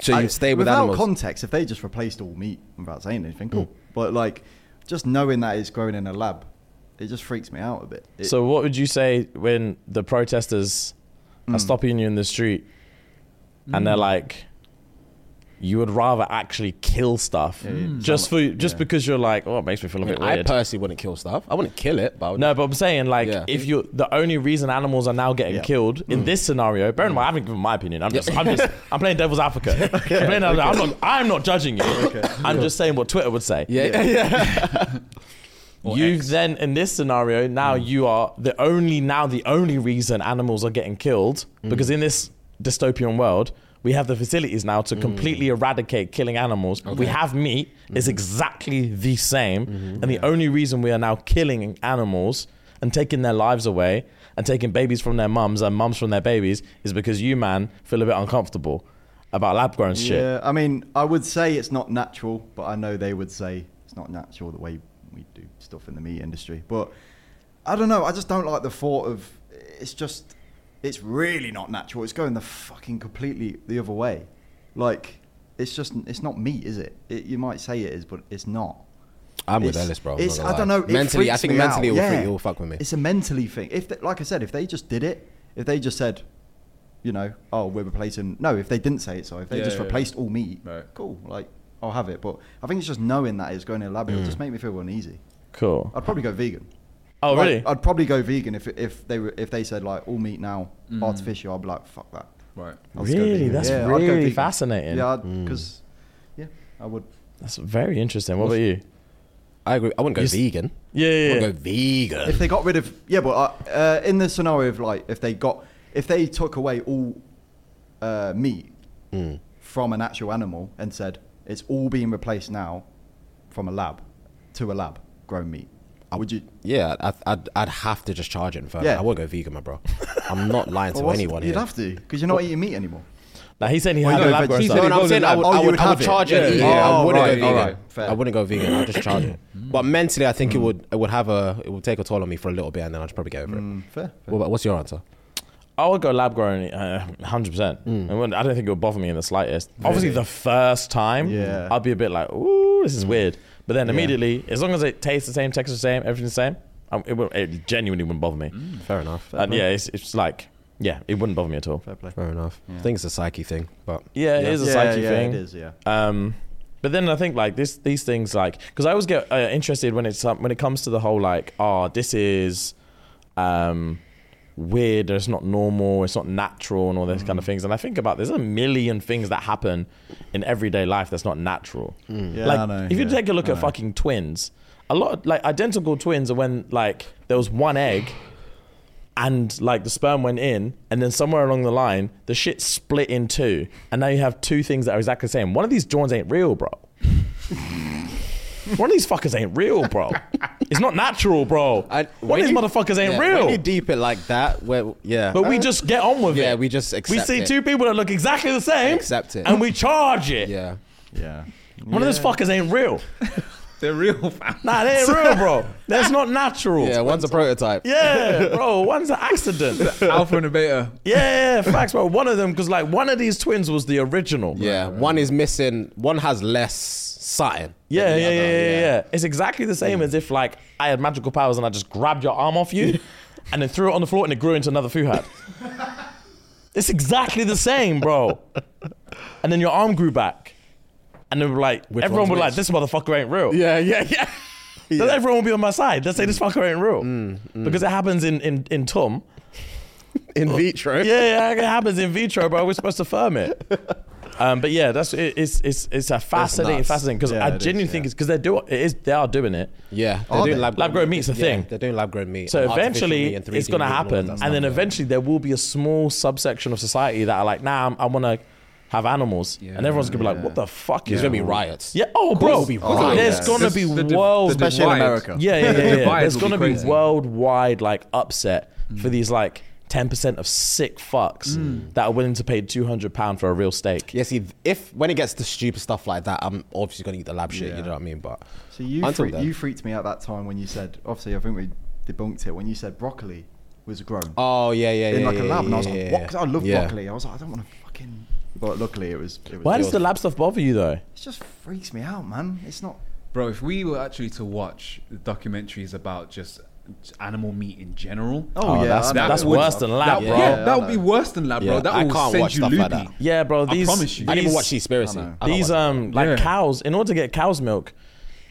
Speaker 1: So
Speaker 4: I-
Speaker 1: you stay with
Speaker 4: without
Speaker 1: animals. Hmm.
Speaker 4: context. If they just replaced all meat without saying anything, cool. But like, just knowing that it's grown in a lab, it just freaks me out a bit. It-
Speaker 5: So what would you say when the protesters
Speaker 1: Mm.
Speaker 5: are stopping you in the street and
Speaker 4: Mm.
Speaker 5: they're like you would rather actually kill stuff
Speaker 4: yeah,
Speaker 5: just for just
Speaker 4: yeah.
Speaker 5: because you're like, oh, it makes me feel a
Speaker 1: I, mean,
Speaker 5: bit
Speaker 1: I
Speaker 5: weird.
Speaker 1: personally wouldn't kill stuff. I wouldn't kill it, but I would
Speaker 5: no, but I'm saying like
Speaker 1: Yeah. Mm.
Speaker 5: if you are the only reason animals are now getting
Speaker 4: Yeah. Mm.
Speaker 5: killed in this scenario, bear in mind I haven't given my opinion. I'm just I'm just I'm playing devil's advocate.
Speaker 1: [LAUGHS]
Speaker 5: I'm, playing devil's- I'm not I'm not judging you. I'm just saying what Twitter would say.
Speaker 1: [LAUGHS] Yeah, yeah.
Speaker 5: you then in this scenario now
Speaker 4: Mm.
Speaker 5: you are the only now the only reason animals are getting killed
Speaker 4: Mm.
Speaker 5: because in this dystopian world we have the facilities now
Speaker 4: Mm.
Speaker 5: to completely eradicate killing animals we have meat
Speaker 4: Mm-hmm.
Speaker 5: it's exactly the same and the only reason we are now killing animals and taking their lives away and taking babies from their mums and mums from their babies is because you man feel a bit uncomfortable about lab grown shit
Speaker 4: Yeah, I mean, I would say it's not natural, but I know they would say it's not natural the way we do stuff in the meat industry. But I don't know. I just don't like the thought of it's just it's really not natural. It's going the fucking completely the other way. Like it's just it's not meat, is it? it you might say it is, but it's not.
Speaker 1: I'm with
Speaker 4: It's-
Speaker 1: Ellis, bro. I'm
Speaker 4: It's,
Speaker 1: not gonna
Speaker 4: I don't
Speaker 1: lie.
Speaker 4: know. it
Speaker 1: Mentally, I
Speaker 4: freaks
Speaker 1: think
Speaker 4: me
Speaker 1: mentally it
Speaker 4: out.
Speaker 1: will
Speaker 4: yeah.
Speaker 1: freak- it will fuck with me.
Speaker 4: It's a mentally thing. If, they, like I said, if they just did it, if they just said, you know, oh, we're replacing. No, if they didn't say it, so if they
Speaker 3: Yeah,
Speaker 4: just
Speaker 3: yeah, yeah.
Speaker 4: replaced all meat,
Speaker 3: Right.
Speaker 4: cool. Like I'll have it. But I think it's just knowing that it's going to a lab.
Speaker 1: Mm.
Speaker 4: It'll just make me feel uneasy.
Speaker 5: Cool.
Speaker 4: I'd probably go vegan.
Speaker 5: Oh,
Speaker 4: Like,
Speaker 5: really?
Speaker 4: I'd probably go vegan if if they were if they said like all meat now
Speaker 3: Mm.
Speaker 4: artificial. I'd be like fuck that.
Speaker 3: Right.
Speaker 4: I'll just go
Speaker 5: Really?
Speaker 4: vegan.
Speaker 5: That's
Speaker 4: I'd go
Speaker 5: really
Speaker 4: vegan.
Speaker 5: fascinating.
Speaker 4: Yeah,
Speaker 1: Mm.
Speaker 4: because yeah, I would.
Speaker 5: That's very interesting. What about you?
Speaker 1: I agree. I wouldn't go
Speaker 5: You s-
Speaker 1: vegan.
Speaker 5: Yeah,
Speaker 1: I
Speaker 5: yeah, yeah.
Speaker 1: wouldn't go vegan.
Speaker 4: If they got rid of yeah, but uh, uh, in the scenario of like if they got if they took away all uh, meat from an actual animal and said it's all being replaced now from a lab to a lab grown meat, would you?
Speaker 1: yeah, I'd, I'd, I'd have to just charge it in first.
Speaker 4: Yeah.
Speaker 1: I would go vegan, my bro. I'm [LAUGHS] not lying to
Speaker 4: Well,
Speaker 1: anyone
Speaker 4: You'd
Speaker 1: here.
Speaker 4: have to because you're not eating meat anymore.
Speaker 5: Like he's saying he had
Speaker 4: no,
Speaker 5: a
Speaker 4: but
Speaker 5: lab grown
Speaker 4: he's
Speaker 5: stuff.
Speaker 1: No,
Speaker 4: Did
Speaker 1: no,
Speaker 4: it
Speaker 1: I'm
Speaker 4: go
Speaker 1: saying
Speaker 4: to
Speaker 1: I
Speaker 4: lab?
Speaker 1: would,
Speaker 4: Oh,
Speaker 1: I
Speaker 4: you
Speaker 1: would,
Speaker 4: would
Speaker 1: I would
Speaker 4: have it.
Speaker 1: charge it. and eat
Speaker 4: Yeah.
Speaker 1: it. I
Speaker 4: Oh,
Speaker 1: wouldn't
Speaker 4: right,
Speaker 1: go vegan.
Speaker 4: alright, fair.
Speaker 1: I wouldn't go vegan. I'd just charge it. But mentally, I think it would it would have a it would take a toll on me for a little bit, and then I'd probably go over it.
Speaker 4: Fair.
Speaker 1: What about- what's your answer?
Speaker 5: I would go lab grown, uh, hundred percent. I don't think it would bother me in the slightest. Obviously, the first time,
Speaker 4: Yeah.
Speaker 5: I'd be a bit like, "Ooh, this is weird," but then immediately, as long as it tastes the same, texture the same, everything's the same, I, it, would, it genuinely wouldn't bother me.
Speaker 1: Fair enough.
Speaker 5: and yeah, it's, it's like, yeah, it wouldn't bother me at all.
Speaker 1: Fair enough. I think it's a psyche thing, but
Speaker 5: Yeah, it is a psyche
Speaker 4: yeah,
Speaker 5: thing.
Speaker 4: It is, yeah.
Speaker 5: Um, but then I think like this, these things like because I always get uh, interested when it's um, when it comes to the whole like oh this is um, weird, or it's not normal, it's not natural, and all those kind of things. And I think about there's a million things that happen in everyday life that's not natural.
Speaker 4: Yeah,
Speaker 5: like
Speaker 4: I know,
Speaker 5: if you
Speaker 4: yeah,
Speaker 5: take a look
Speaker 4: I
Speaker 5: at
Speaker 4: know.
Speaker 5: fucking twins, a lot of, like identical twins are when like there was one egg. And like the sperm went in, and then somewhere along the line, the shit split in two, and now you have two things that are exactly the same. One of these joints ain't real, bro. One of these fuckers ain't real, bro. It's not natural, bro. One of these motherfuckers ain't real.
Speaker 1: When you deep it like that, where yeah,
Speaker 5: But we just get on with it.
Speaker 1: yeah, we just
Speaker 5: we
Speaker 1: accept
Speaker 5: see
Speaker 1: it.
Speaker 5: two people that look exactly the same.
Speaker 1: Accept it.
Speaker 5: And we charge it.
Speaker 1: yeah.
Speaker 4: Yeah.
Speaker 5: One of those fuckers ain't real.
Speaker 3: They're real fam.
Speaker 5: Nah, they ain't real,
Speaker 1: [LAUGHS]
Speaker 5: bro. That's not natural.
Speaker 1: Yeah, one's a prototype.
Speaker 5: Yeah, bro. One's an
Speaker 1: [LAUGHS]
Speaker 5: accident.
Speaker 3: Alpha and a beta.
Speaker 5: Yeah, facts, bro. One of them, because like one of these twins was the original.
Speaker 1: Yeah, one is missing. One has less something.
Speaker 5: Yeah,
Speaker 1: than the
Speaker 5: yeah, yeah,
Speaker 1: other,
Speaker 5: yeah, yeah, It's exactly the
Speaker 1: Mm.
Speaker 5: same as if like I had magical powers and I just grabbed your arm
Speaker 1: [LAUGHS]
Speaker 5: off you and then threw it on the floor and it grew into another Fuhad. it's exactly the same, bro. and then your arm grew back. And they were like, everyone
Speaker 1: one's
Speaker 5: was like,
Speaker 1: which?
Speaker 5: this motherfucker ain't real.
Speaker 1: Yeah, yeah, yeah. Mm,
Speaker 5: Then everyone will be on my side. They'll say this fucker ain't real. Because it happens in, in, in Tom.
Speaker 1: In vitro.
Speaker 5: Yeah, yeah, it happens in vitro, bro. We're supposed to firm it. Um, but yeah, that's it, it's it's it's a fascinating,
Speaker 1: nuts.
Speaker 5: fascinating because
Speaker 4: Yeah,
Speaker 5: I
Speaker 4: it is,
Speaker 5: genuinely think
Speaker 4: yeah.
Speaker 5: it's because they do it is they are doing it.
Speaker 1: Yeah, they're
Speaker 4: Are
Speaker 1: doing
Speaker 4: they?
Speaker 1: lab,
Speaker 5: Lab grown meat's a
Speaker 1: Yeah,
Speaker 5: thing.
Speaker 1: they're doing lab grown meat.
Speaker 5: So
Speaker 1: and artificial
Speaker 5: eventually,
Speaker 1: meat and 3D
Speaker 5: it's going to
Speaker 1: meat and all of
Speaker 5: happen,
Speaker 1: that
Speaker 5: and
Speaker 1: stuff,
Speaker 5: then
Speaker 1: yeah.
Speaker 5: eventually there will be a small subsection of society that are like, nah, I'm, I want to have animals, and everyone's gonna be like, what the fuck is
Speaker 1: there's going to be riots. Oh,
Speaker 5: Yeah, oh, bro,
Speaker 1: there'll be
Speaker 4: riots.
Speaker 5: there's
Speaker 4: Yeah.
Speaker 5: gonna
Speaker 3: The-
Speaker 5: be
Speaker 3: the div-
Speaker 5: world,
Speaker 3: the
Speaker 4: Especially in
Speaker 3: divide.
Speaker 4: America.
Speaker 5: yeah, yeah, yeah. yeah.
Speaker 3: divide
Speaker 5: There's
Speaker 3: will be
Speaker 5: gonna be,
Speaker 3: crazy.
Speaker 5: worldwide like upset for these like 10% of sick fucks that are willing to pay 200 pound for a real steak.
Speaker 1: Yeah, see, if when it gets to stupid stuff like that, I'm obviously going to eat the lab shit. You
Speaker 4: Yeah.
Speaker 1: know what I mean? But
Speaker 4: So you
Speaker 1: until
Speaker 4: freak-
Speaker 1: then-
Speaker 4: you freaked me out that time when you said obviously I think we debunked it when you said broccoli was grown
Speaker 1: oh yeah, yeah, yeah,
Speaker 4: in like
Speaker 1: yeah,
Speaker 4: a lab and I was
Speaker 1: yeah,
Speaker 4: like
Speaker 1: yeah,
Speaker 4: what? 'Cause I love
Speaker 1: yeah.
Speaker 4: broccoli. I was like I don't want to fucking. But luckily it was. It was
Speaker 5: Why does
Speaker 4: it
Speaker 5: the lab stuff bother you though?
Speaker 4: just freaks me out, man. It's not.
Speaker 3: Bro, if we were actually to watch documentaries about just animal meat in general,
Speaker 4: Oh, yeah,
Speaker 5: that's,
Speaker 4: I know.
Speaker 5: that's
Speaker 4: That would-
Speaker 5: worse than lab,
Speaker 3: that,
Speaker 5: bro.
Speaker 3: yeah,
Speaker 4: Yeah,
Speaker 3: that
Speaker 4: I
Speaker 3: would be
Speaker 4: know.
Speaker 3: worse than lab,
Speaker 1: Yeah,
Speaker 3: bro. That
Speaker 1: I
Speaker 3: will
Speaker 1: can't
Speaker 3: send
Speaker 1: watch
Speaker 3: you
Speaker 1: stuff
Speaker 3: loopy.
Speaker 1: like that.
Speaker 5: Yeah, bro. These,
Speaker 3: promise
Speaker 1: I
Speaker 3: you.
Speaker 1: didn't even
Speaker 5: these-
Speaker 1: watch Seaspiracy.
Speaker 4: I know.
Speaker 1: I don't
Speaker 5: These
Speaker 1: watch that.
Speaker 5: um like
Speaker 3: Yeah.
Speaker 5: cows, in order to get cow's milk.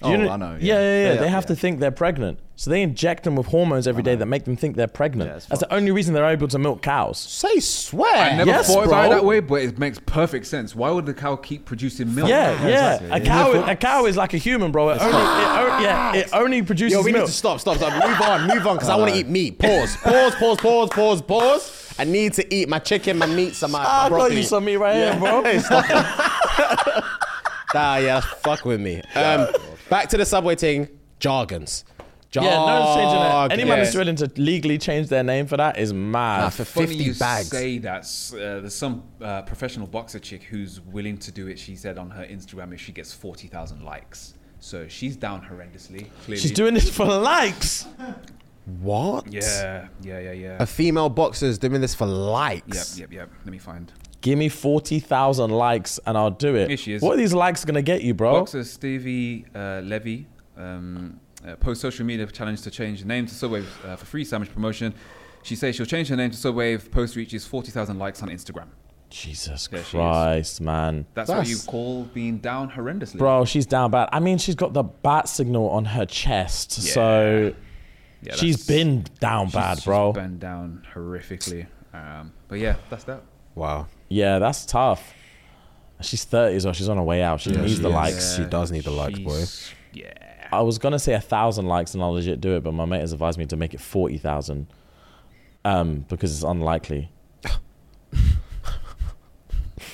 Speaker 5: do you
Speaker 4: Oh, I know, yeah.
Speaker 5: Yeah, yeah, yeah.
Speaker 4: Yeah,
Speaker 5: They have
Speaker 4: yeah.
Speaker 5: to think they're pregnant, so they inject them with hormones every day that make them think they're pregnant.
Speaker 4: Yeah, it's
Speaker 5: That's the only reason they're able to milk cows.
Speaker 1: Say swear.
Speaker 3: I never
Speaker 5: Yes,
Speaker 3: thought about it
Speaker 5: bro.
Speaker 3: that way, but it makes perfect sense. Why would the cow keep producing milk?
Speaker 5: Yeah, yeah.
Speaker 4: exactly.
Speaker 5: A cow, is, a cow is like a human, bro. It only, it, o- yeah, it only produces
Speaker 1: Yo, we
Speaker 5: milk.
Speaker 1: need to stop, stop, stop. Move on, move on, because I want to eat meat. Pause, pause, pause, pause, pause, pause. I need to eat my chicken, my meats, and my, my
Speaker 5: Ah, I got
Speaker 1: broccoli.
Speaker 5: you some meat right here, bro.
Speaker 1: Hey, stop it. nah, yeah, fuck with
Speaker 5: [LAUGHS]
Speaker 1: me. Um, back to the subway thing. Jargons. Jargons.
Speaker 5: Yeah, no one's changing that. Any man
Speaker 3: yeah.
Speaker 5: that's willing to legally change their name for that is mad.
Speaker 1: Nah, for
Speaker 3: Funny
Speaker 1: 50
Speaker 3: you
Speaker 1: bags.
Speaker 3: say that. s- Uh, there's some uh, professional boxer chick who's willing to do it. She said on her Instagram if she gets 40,000 likes. So she's down horrendously. Clearly.
Speaker 5: She's doing this for likes.
Speaker 1: What?
Speaker 3: Yeah, yeah, yeah, yeah.
Speaker 1: A female boxer's doing this for
Speaker 3: Yep,
Speaker 1: likes.
Speaker 3: yep, yep. Let me find.
Speaker 5: Give me 40,000 likes and I'll do it.
Speaker 3: Here she is.
Speaker 5: Oh. What are these likes going to get you, bro?
Speaker 3: Boxer Stevie uh, Levy um, uh, post social media challenge to change the name to Subwave uh, for free sandwich promotion. She says she'll change her name to Subwave. Post reaches 40,000 likes on Instagram.
Speaker 5: Jesus
Speaker 3: There she is.
Speaker 5: Christ, man.
Speaker 3: That's, what you call being down horrendously.
Speaker 5: Bro, she's down bad. I mean, she's got the bat signal on her chest, so
Speaker 3: Yeah, that's-
Speaker 5: she's been down
Speaker 3: she's-
Speaker 5: bad,
Speaker 3: she's
Speaker 5: bro.
Speaker 3: been down horrifically. Um, but yeah, that's that.
Speaker 1: Wow.
Speaker 5: Yeah, that's tough. She's 30 as well. She's on her way out. She needs
Speaker 1: she
Speaker 5: the
Speaker 1: is.
Speaker 5: likes.
Speaker 1: She does need the likes, boy.
Speaker 3: She's- Yeah.
Speaker 5: I was gonna say a thousand likes and I'll legit do it, but my mate has advised me to make it forty thousand, um, because it's unlikely.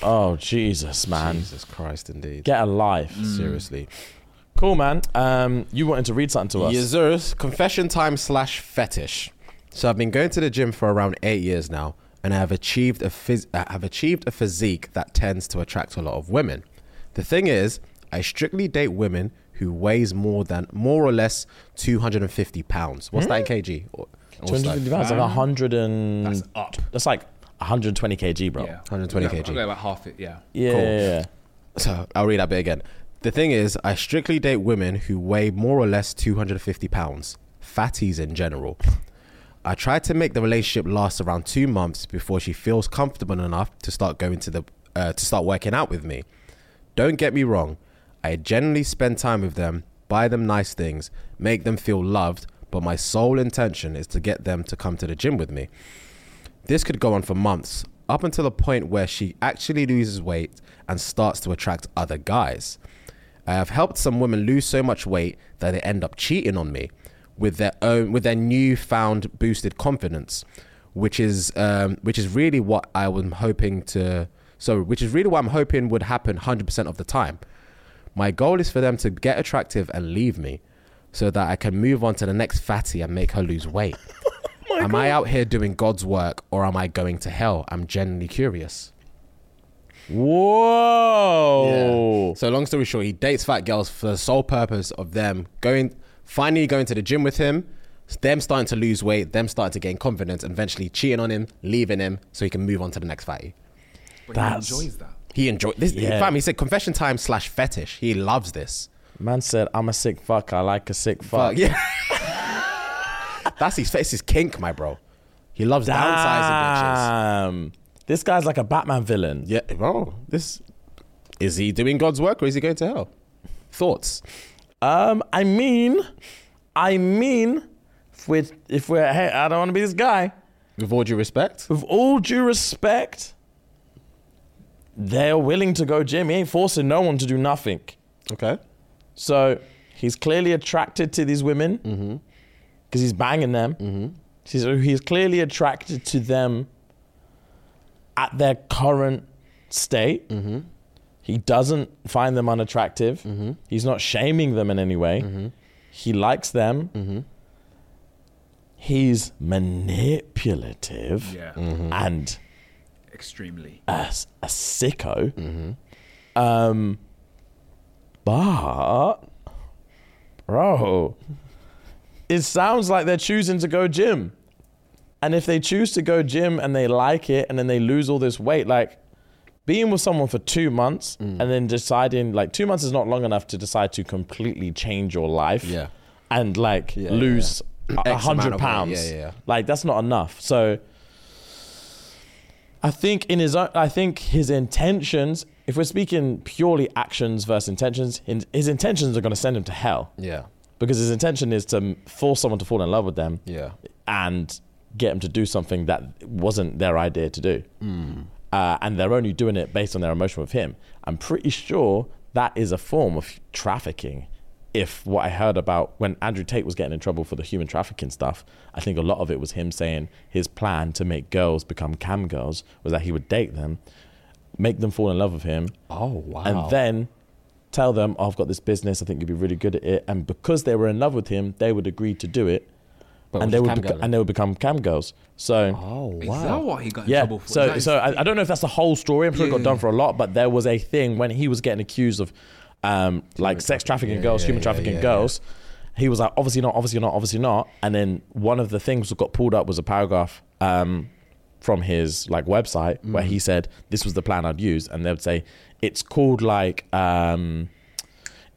Speaker 5: oh Jesus, man,
Speaker 1: Jesus Christ, indeed.
Speaker 5: get a life.
Speaker 1: Seriously.
Speaker 5: Cool, man. Um, you wanted to read something to us?
Speaker 1: Yazurus, confession time slash fetish. So I've been going to the gym for around eight years now, and I have achieved a phys- I have achieved a physique that tends to attract a lot of women. The thing is, I strictly date women who weighs more than more or less 250 pounds. What's that in kg? Or-
Speaker 5: Hmm? Two
Speaker 1: what's
Speaker 5: hundred
Speaker 1: that?
Speaker 5: fifty pounds, like a hundred and
Speaker 3: That's up.
Speaker 5: That's like hundred and twenty kg, bro.
Speaker 3: Yeah.
Speaker 1: 120
Speaker 3: Yeah,
Speaker 1: kg.
Speaker 3: I'll go about half it, yeah.
Speaker 5: Yeah,
Speaker 1: Cool.
Speaker 5: yeah, yeah.
Speaker 1: So I'll read that bit again. The thing is, I strictly date women who weigh more or less 250 pounds, fatties in general. I try to make the relationship last around two months before she feels comfortable enough to start going to the uh, to start working out with me. Don't get me wrong, I generally spend time with them, buy them nice things, make them feel loved, but my sole intention is to get them to come to the gym with me. This could go on for months, up until the point where she actually loses weight and starts to attract other guys. I have helped some women lose so much weight that they end up cheating on me with their own with their newfound boosted confidence, which is um, which is really what I was hoping to so which is really what I'm hoping would happen 100% of the time. My goal is for them to get attractive and leave me so that I can move on to the next fatty and make her lose weight. am I out here doing God's work or am I going to hell? I'm genuinely curious.
Speaker 5: Whoa.
Speaker 1: So long story short, he dates fat girls for the sole purpose of them going finally going to the gym with him, them starting to lose weight, them starting to gain confidence, and eventually cheating on him, leaving him so he can move on to the next fatty.
Speaker 3: But
Speaker 5: That's-
Speaker 3: he enjoys that.
Speaker 1: He enjoyed this.
Speaker 5: Yeah.
Speaker 1: Fam, he said confession time slash fetish. He loves this.
Speaker 5: Man said, "I'm a sick fuck. I like a sick fuck."
Speaker 1: Fuck yeah. [LAUGHS] That's his face is kink, my bro. He loves downsizing bitches.
Speaker 5: Damn. Um, This guy's like a Batman villain.
Speaker 1: Yeah, bro. This is he doing God's work or is he going to hell? Thoughts?
Speaker 5: Um, I mean, I mean, if we're, if we're hey, I don't want to be this guy.
Speaker 1: With all due respect,
Speaker 5: With all due respect, they're willing to go gym. He ain't forcing no one to do nothing.
Speaker 1: okay.
Speaker 5: So he's clearly attracted to these women because he's banging them. He's, he's clearly attracted to them at their current state. He doesn't find them unattractive.
Speaker 3: Mm-hmm.
Speaker 5: He's not shaming them in any way. He likes them. He's manipulative
Speaker 3: Yeah.
Speaker 5: and
Speaker 3: Extremely.
Speaker 5: a, a sicko. Um, but, bro, it sounds like they're choosing to go gym. And if they choose to go gym and they like it and then they lose all this weight, like being with someone for two months
Speaker 1: Mm.
Speaker 5: and then deciding, like, two months is not long enough to decide to completely change your life.
Speaker 1: Yeah.
Speaker 5: And, like,
Speaker 1: Yeah, yeah,
Speaker 5: lose a a
Speaker 1: X amount
Speaker 5: hundred
Speaker 1: of weight.
Speaker 5: pounds.
Speaker 1: Yeah, yeah, yeah.
Speaker 5: Like that's not enough. So I think in his own, I think his intentions, if we're speaking purely actions versus intentions, in, his intentions are going to send him to hell
Speaker 1: Yeah.
Speaker 5: because his intention is to m- force someone to fall in love with them
Speaker 1: Yeah.
Speaker 5: and get him to do something that wasn't their idea to do. Uh, and they're only doing it based on their emotion with him. I'm pretty sure that is a form of trafficking. If what I heard about when Andrew Tate was getting in trouble for the human trafficking stuff, I think a lot of it was him saying his plan to make girls become cam girls was that he would date them, make them fall in love with him,
Speaker 1: Oh wow.
Speaker 5: and then tell them, oh, I've got this business, I think you'd be really good at it. And because they were in love with him, they would agree to do it.
Speaker 1: But
Speaker 5: and
Speaker 1: we're
Speaker 5: they
Speaker 1: just cam
Speaker 5: would beco-
Speaker 1: girling.
Speaker 5: and they would become cam girls. So
Speaker 1: oh
Speaker 3: Is
Speaker 1: wow.
Speaker 3: that what he got in
Speaker 5: yeah.
Speaker 3: trouble for? Is
Speaker 5: So
Speaker 3: that
Speaker 5: so I, I don't know if that's the whole story.
Speaker 1: Hmm.
Speaker 5: I'm sure it
Speaker 3: Yeah.
Speaker 5: got done for a lot, but there was a thing when he was getting accused of um, like sex trafficking
Speaker 1: yeah,
Speaker 5: girls,
Speaker 1: yeah,
Speaker 5: human
Speaker 1: yeah,
Speaker 5: trafficking
Speaker 1: yeah,
Speaker 5: girls. He was like, obviously not, obviously not, obviously not. And then one of the things that got pulled up was a paragraph um, from his like website where he said this was the plan I'd use, and they would say it's called like um,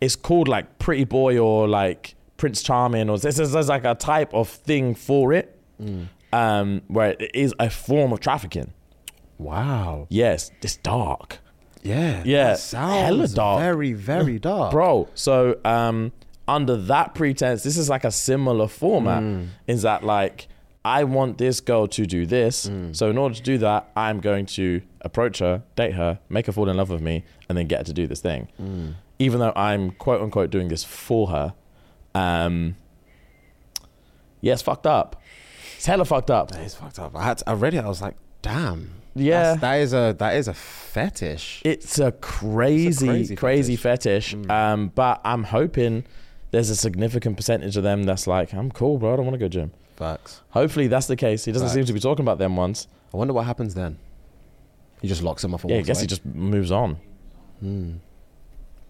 Speaker 5: it's called like Pretty Boy or like Prince Charming or there's, there's like a type of thing for it,
Speaker 1: Hmm.
Speaker 5: um, where it is a form of trafficking.
Speaker 1: Wow.
Speaker 5: Yes, it's dark.
Speaker 1: Yeah.
Speaker 5: Yeah.
Speaker 1: that Sounds
Speaker 5: Hella dark.
Speaker 1: Very, [LAUGHS] very dark.
Speaker 5: bro. So um, under that pretense, this is like a similar format. Is that like I want this girl to do this, so in order to do that, I'm going to approach her, date her, make her fall in love with me, and then get her to do this thing. Even though I'm quote unquote doing this for her, um, yeah, it's fucked up. It's hella fucked up.
Speaker 1: It's fucked up. I, had to, I read it. I was like, damn.
Speaker 5: Yeah.
Speaker 1: That's, that is a that is a fetish.
Speaker 5: It's a crazy,
Speaker 1: crazy
Speaker 5: crazy, fetish. Um, but I'm hoping there's a significant percentage of them that's like, I'm cool, bro. I don't want to go gym.
Speaker 1: Facts.
Speaker 5: Hopefully that's the case. He doesn't seem
Speaker 1: Facts.
Speaker 5: to be talking about them once.
Speaker 1: I wonder what happens then. He just locks him off. and
Speaker 5: Yeah, I
Speaker 1: walks
Speaker 5: guess he
Speaker 1: away.
Speaker 5: just moves on.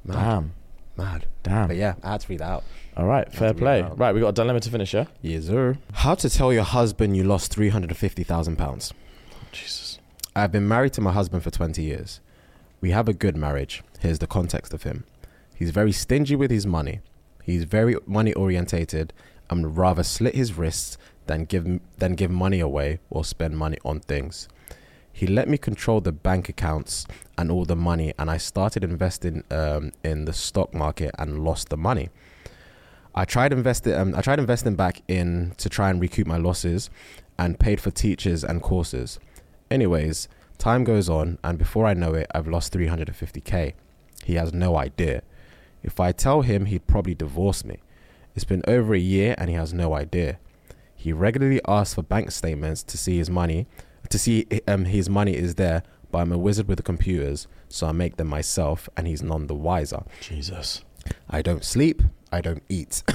Speaker 5: Damn.
Speaker 1: mad.
Speaker 5: Damn.
Speaker 1: But yeah, I had to read that out.
Speaker 5: All right, fair
Speaker 1: to be
Speaker 5: play.
Speaker 1: allowed.
Speaker 5: Right, we got a dilemma to finish, yeah?
Speaker 1: Yes, sir. How to tell your husband you lost three hundred and fifty thousand pounds?
Speaker 5: Jesus.
Speaker 1: I've been married to my husband for 20 years. We have a good marriage. Here's the context of him. He's very stingy with his money. He's very money orientated and would rather slit his wrists than give than give money away or spend money on things. He let me control the bank accounts and all the money, and I started investing um, in the stock market and lost the money. I tried investing. Um, I tried investing back in to try and recoup my losses, and paid for teachers and courses. Anyways, time goes on, and before I know it, I've lost 350k. He has no idea. If I tell him, he'd probably divorce me. It's been over a year, and he has no idea. He regularly asks for bank statements to see his money, to see um, his money is there. But I'm a wizard with the computers, so I make them myself, and he's none the wiser.
Speaker 5: Jesus.
Speaker 1: I don't sleep, I don't eat. [LAUGHS]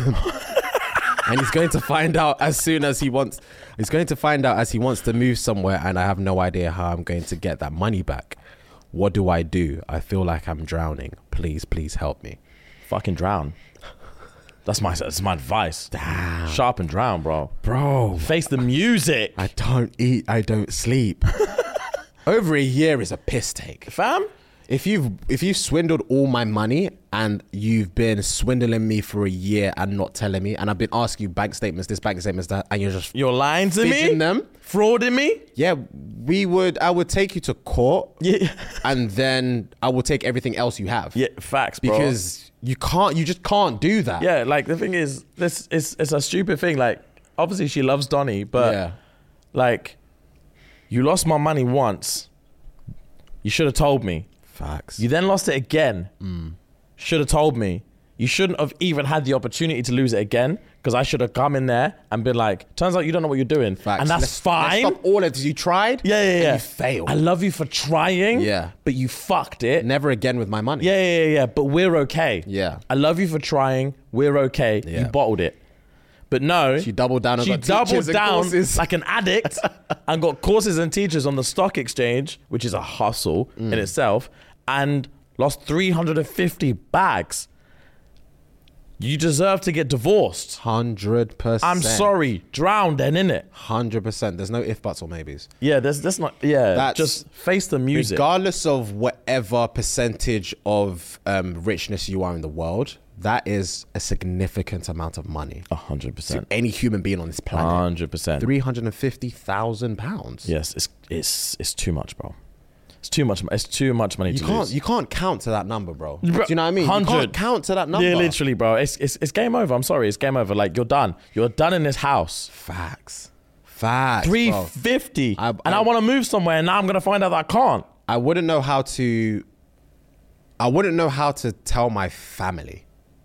Speaker 1: and he's going to find out as soon as he wants he's going to find out as he wants to move somewhere and I have no idea how I'm going to get that money back. What do I do? I feel like I'm drowning. Please, please help me.
Speaker 5: Fucking drown. That's my that's my advice. Sharp and drown, bro.
Speaker 1: Bro,
Speaker 5: Face the music.
Speaker 1: I don't eat, I don't sleep. Over a year is a piss take.
Speaker 5: Fam?
Speaker 1: If you've if you've swindled all my money and you've been swindling me for a year and not telling me, and I've been asking you bank statements, this bank statements, that, and you're just
Speaker 5: You're lying to me?
Speaker 1: Fidgeting them.
Speaker 5: Frauding me?
Speaker 1: yeah, we would. I would take you to court,
Speaker 5: Yeah.
Speaker 1: and then I will take everything else you have.
Speaker 5: Yeah, facts, bro.
Speaker 1: because you can't. You just can't do that.
Speaker 5: Yeah, like the thing is, this is it's a stupid thing. Like, obviously she loves Donnie, but
Speaker 1: Yeah.
Speaker 5: like, you lost my money once. You should have told me.
Speaker 1: facts.
Speaker 5: You then lost it again.
Speaker 1: Mm.
Speaker 5: Should have told me. You shouldn't have even had the opportunity to lose it again because I should have come in there and been like, turns out you don't know what you're doing.
Speaker 1: facts.
Speaker 5: And that's
Speaker 1: Let's-
Speaker 5: fine.
Speaker 1: Let's stop all of this. You tried.
Speaker 5: yeah, yeah,
Speaker 1: and
Speaker 5: yeah.
Speaker 1: you failed.
Speaker 5: I love you for trying.
Speaker 1: Yeah.
Speaker 5: But you fucked it.
Speaker 1: Never again with my money.
Speaker 5: Yeah, yeah, yeah, yeah. But we're okay.
Speaker 1: Yeah.
Speaker 5: I love you for trying. We're okay. You
Speaker 1: Yeah.
Speaker 5: bottled it. But no.
Speaker 1: She doubled down and
Speaker 5: she
Speaker 1: got teachers
Speaker 5: doubled
Speaker 1: and
Speaker 5: down
Speaker 1: courses.
Speaker 5: like an
Speaker 1: [LAUGHS]
Speaker 5: addict and got courses and teachers on the stock exchange, which is a hustle in
Speaker 1: Mm.
Speaker 5: itself, and lost 350 bags. You deserve to get divorced.
Speaker 1: Hundred percent.
Speaker 5: I'm sorry. Drown then, innit?
Speaker 1: Hundred percent. There's no if buts or maybes.
Speaker 5: Yeah, that's, that's not, yeah.
Speaker 1: That's-
Speaker 5: just face the music.
Speaker 1: Regardless of whatever percentage of um, richness you are in the world, that is a significant amount of money.
Speaker 5: 100%.
Speaker 1: Any human being on this
Speaker 5: Uh,
Speaker 1: planet.
Speaker 5: 100%.
Speaker 1: three hundred and fifty thousand pounds.
Speaker 5: Yes, it's it's it's too much, bro. It's too much. It's too much money
Speaker 1: You
Speaker 5: to
Speaker 1: can't
Speaker 5: lose.
Speaker 1: you can't count to that number, bro. Do you know what I mean? You
Speaker 5: 100.
Speaker 1: can't count to that number.
Speaker 5: Yeah, literally, bro. It's, it's it's game over. I'm sorry, it's game over. Like you're done. You're done in this house.
Speaker 1: Facts. Facts.
Speaker 5: Three
Speaker 1: bro.
Speaker 5: fifty,
Speaker 1: I-
Speaker 5: and
Speaker 1: I-
Speaker 5: I want to move somewhere, and now I'm gonna find out that I can't.
Speaker 1: I wouldn't know how to I wouldn't know how to tell my family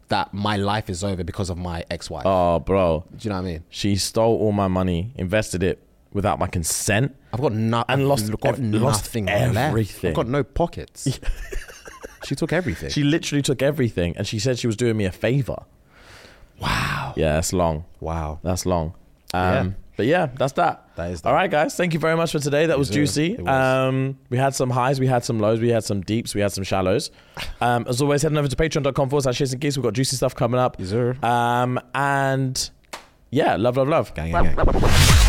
Speaker 1: that my life is over because of my ex wife.
Speaker 5: Oh, bro.
Speaker 1: Do you know what I mean?
Speaker 5: She stole all my money, invested it without my consent.
Speaker 1: I've got, no,
Speaker 5: And
Speaker 1: I've
Speaker 5: lost
Speaker 1: got
Speaker 5: ev- lost
Speaker 1: nothing left.
Speaker 5: everything.
Speaker 1: I've got no
Speaker 5: [LAUGHS]
Speaker 1: pockets. she took everything.
Speaker 5: She literally took everything, and she said she was doing me a favor. Wow. Yeah, that's long.
Speaker 1: wow.
Speaker 5: That's long. Um, But yeah, that's that.
Speaker 1: That is
Speaker 5: All
Speaker 1: that.
Speaker 5: right, guys. Thank you very much for today. That was juicy.
Speaker 1: It was.
Speaker 5: Um, we had some highs, we had some lows, we had some deeps, we had some shallows. Um, as always, heading over to patreon.com forward slash Jason Geese. We've got juicy stuff coming up.
Speaker 1: Yes, sir.
Speaker 5: Um, and yeah, love, love, love.
Speaker 1: Gang, gang, gang.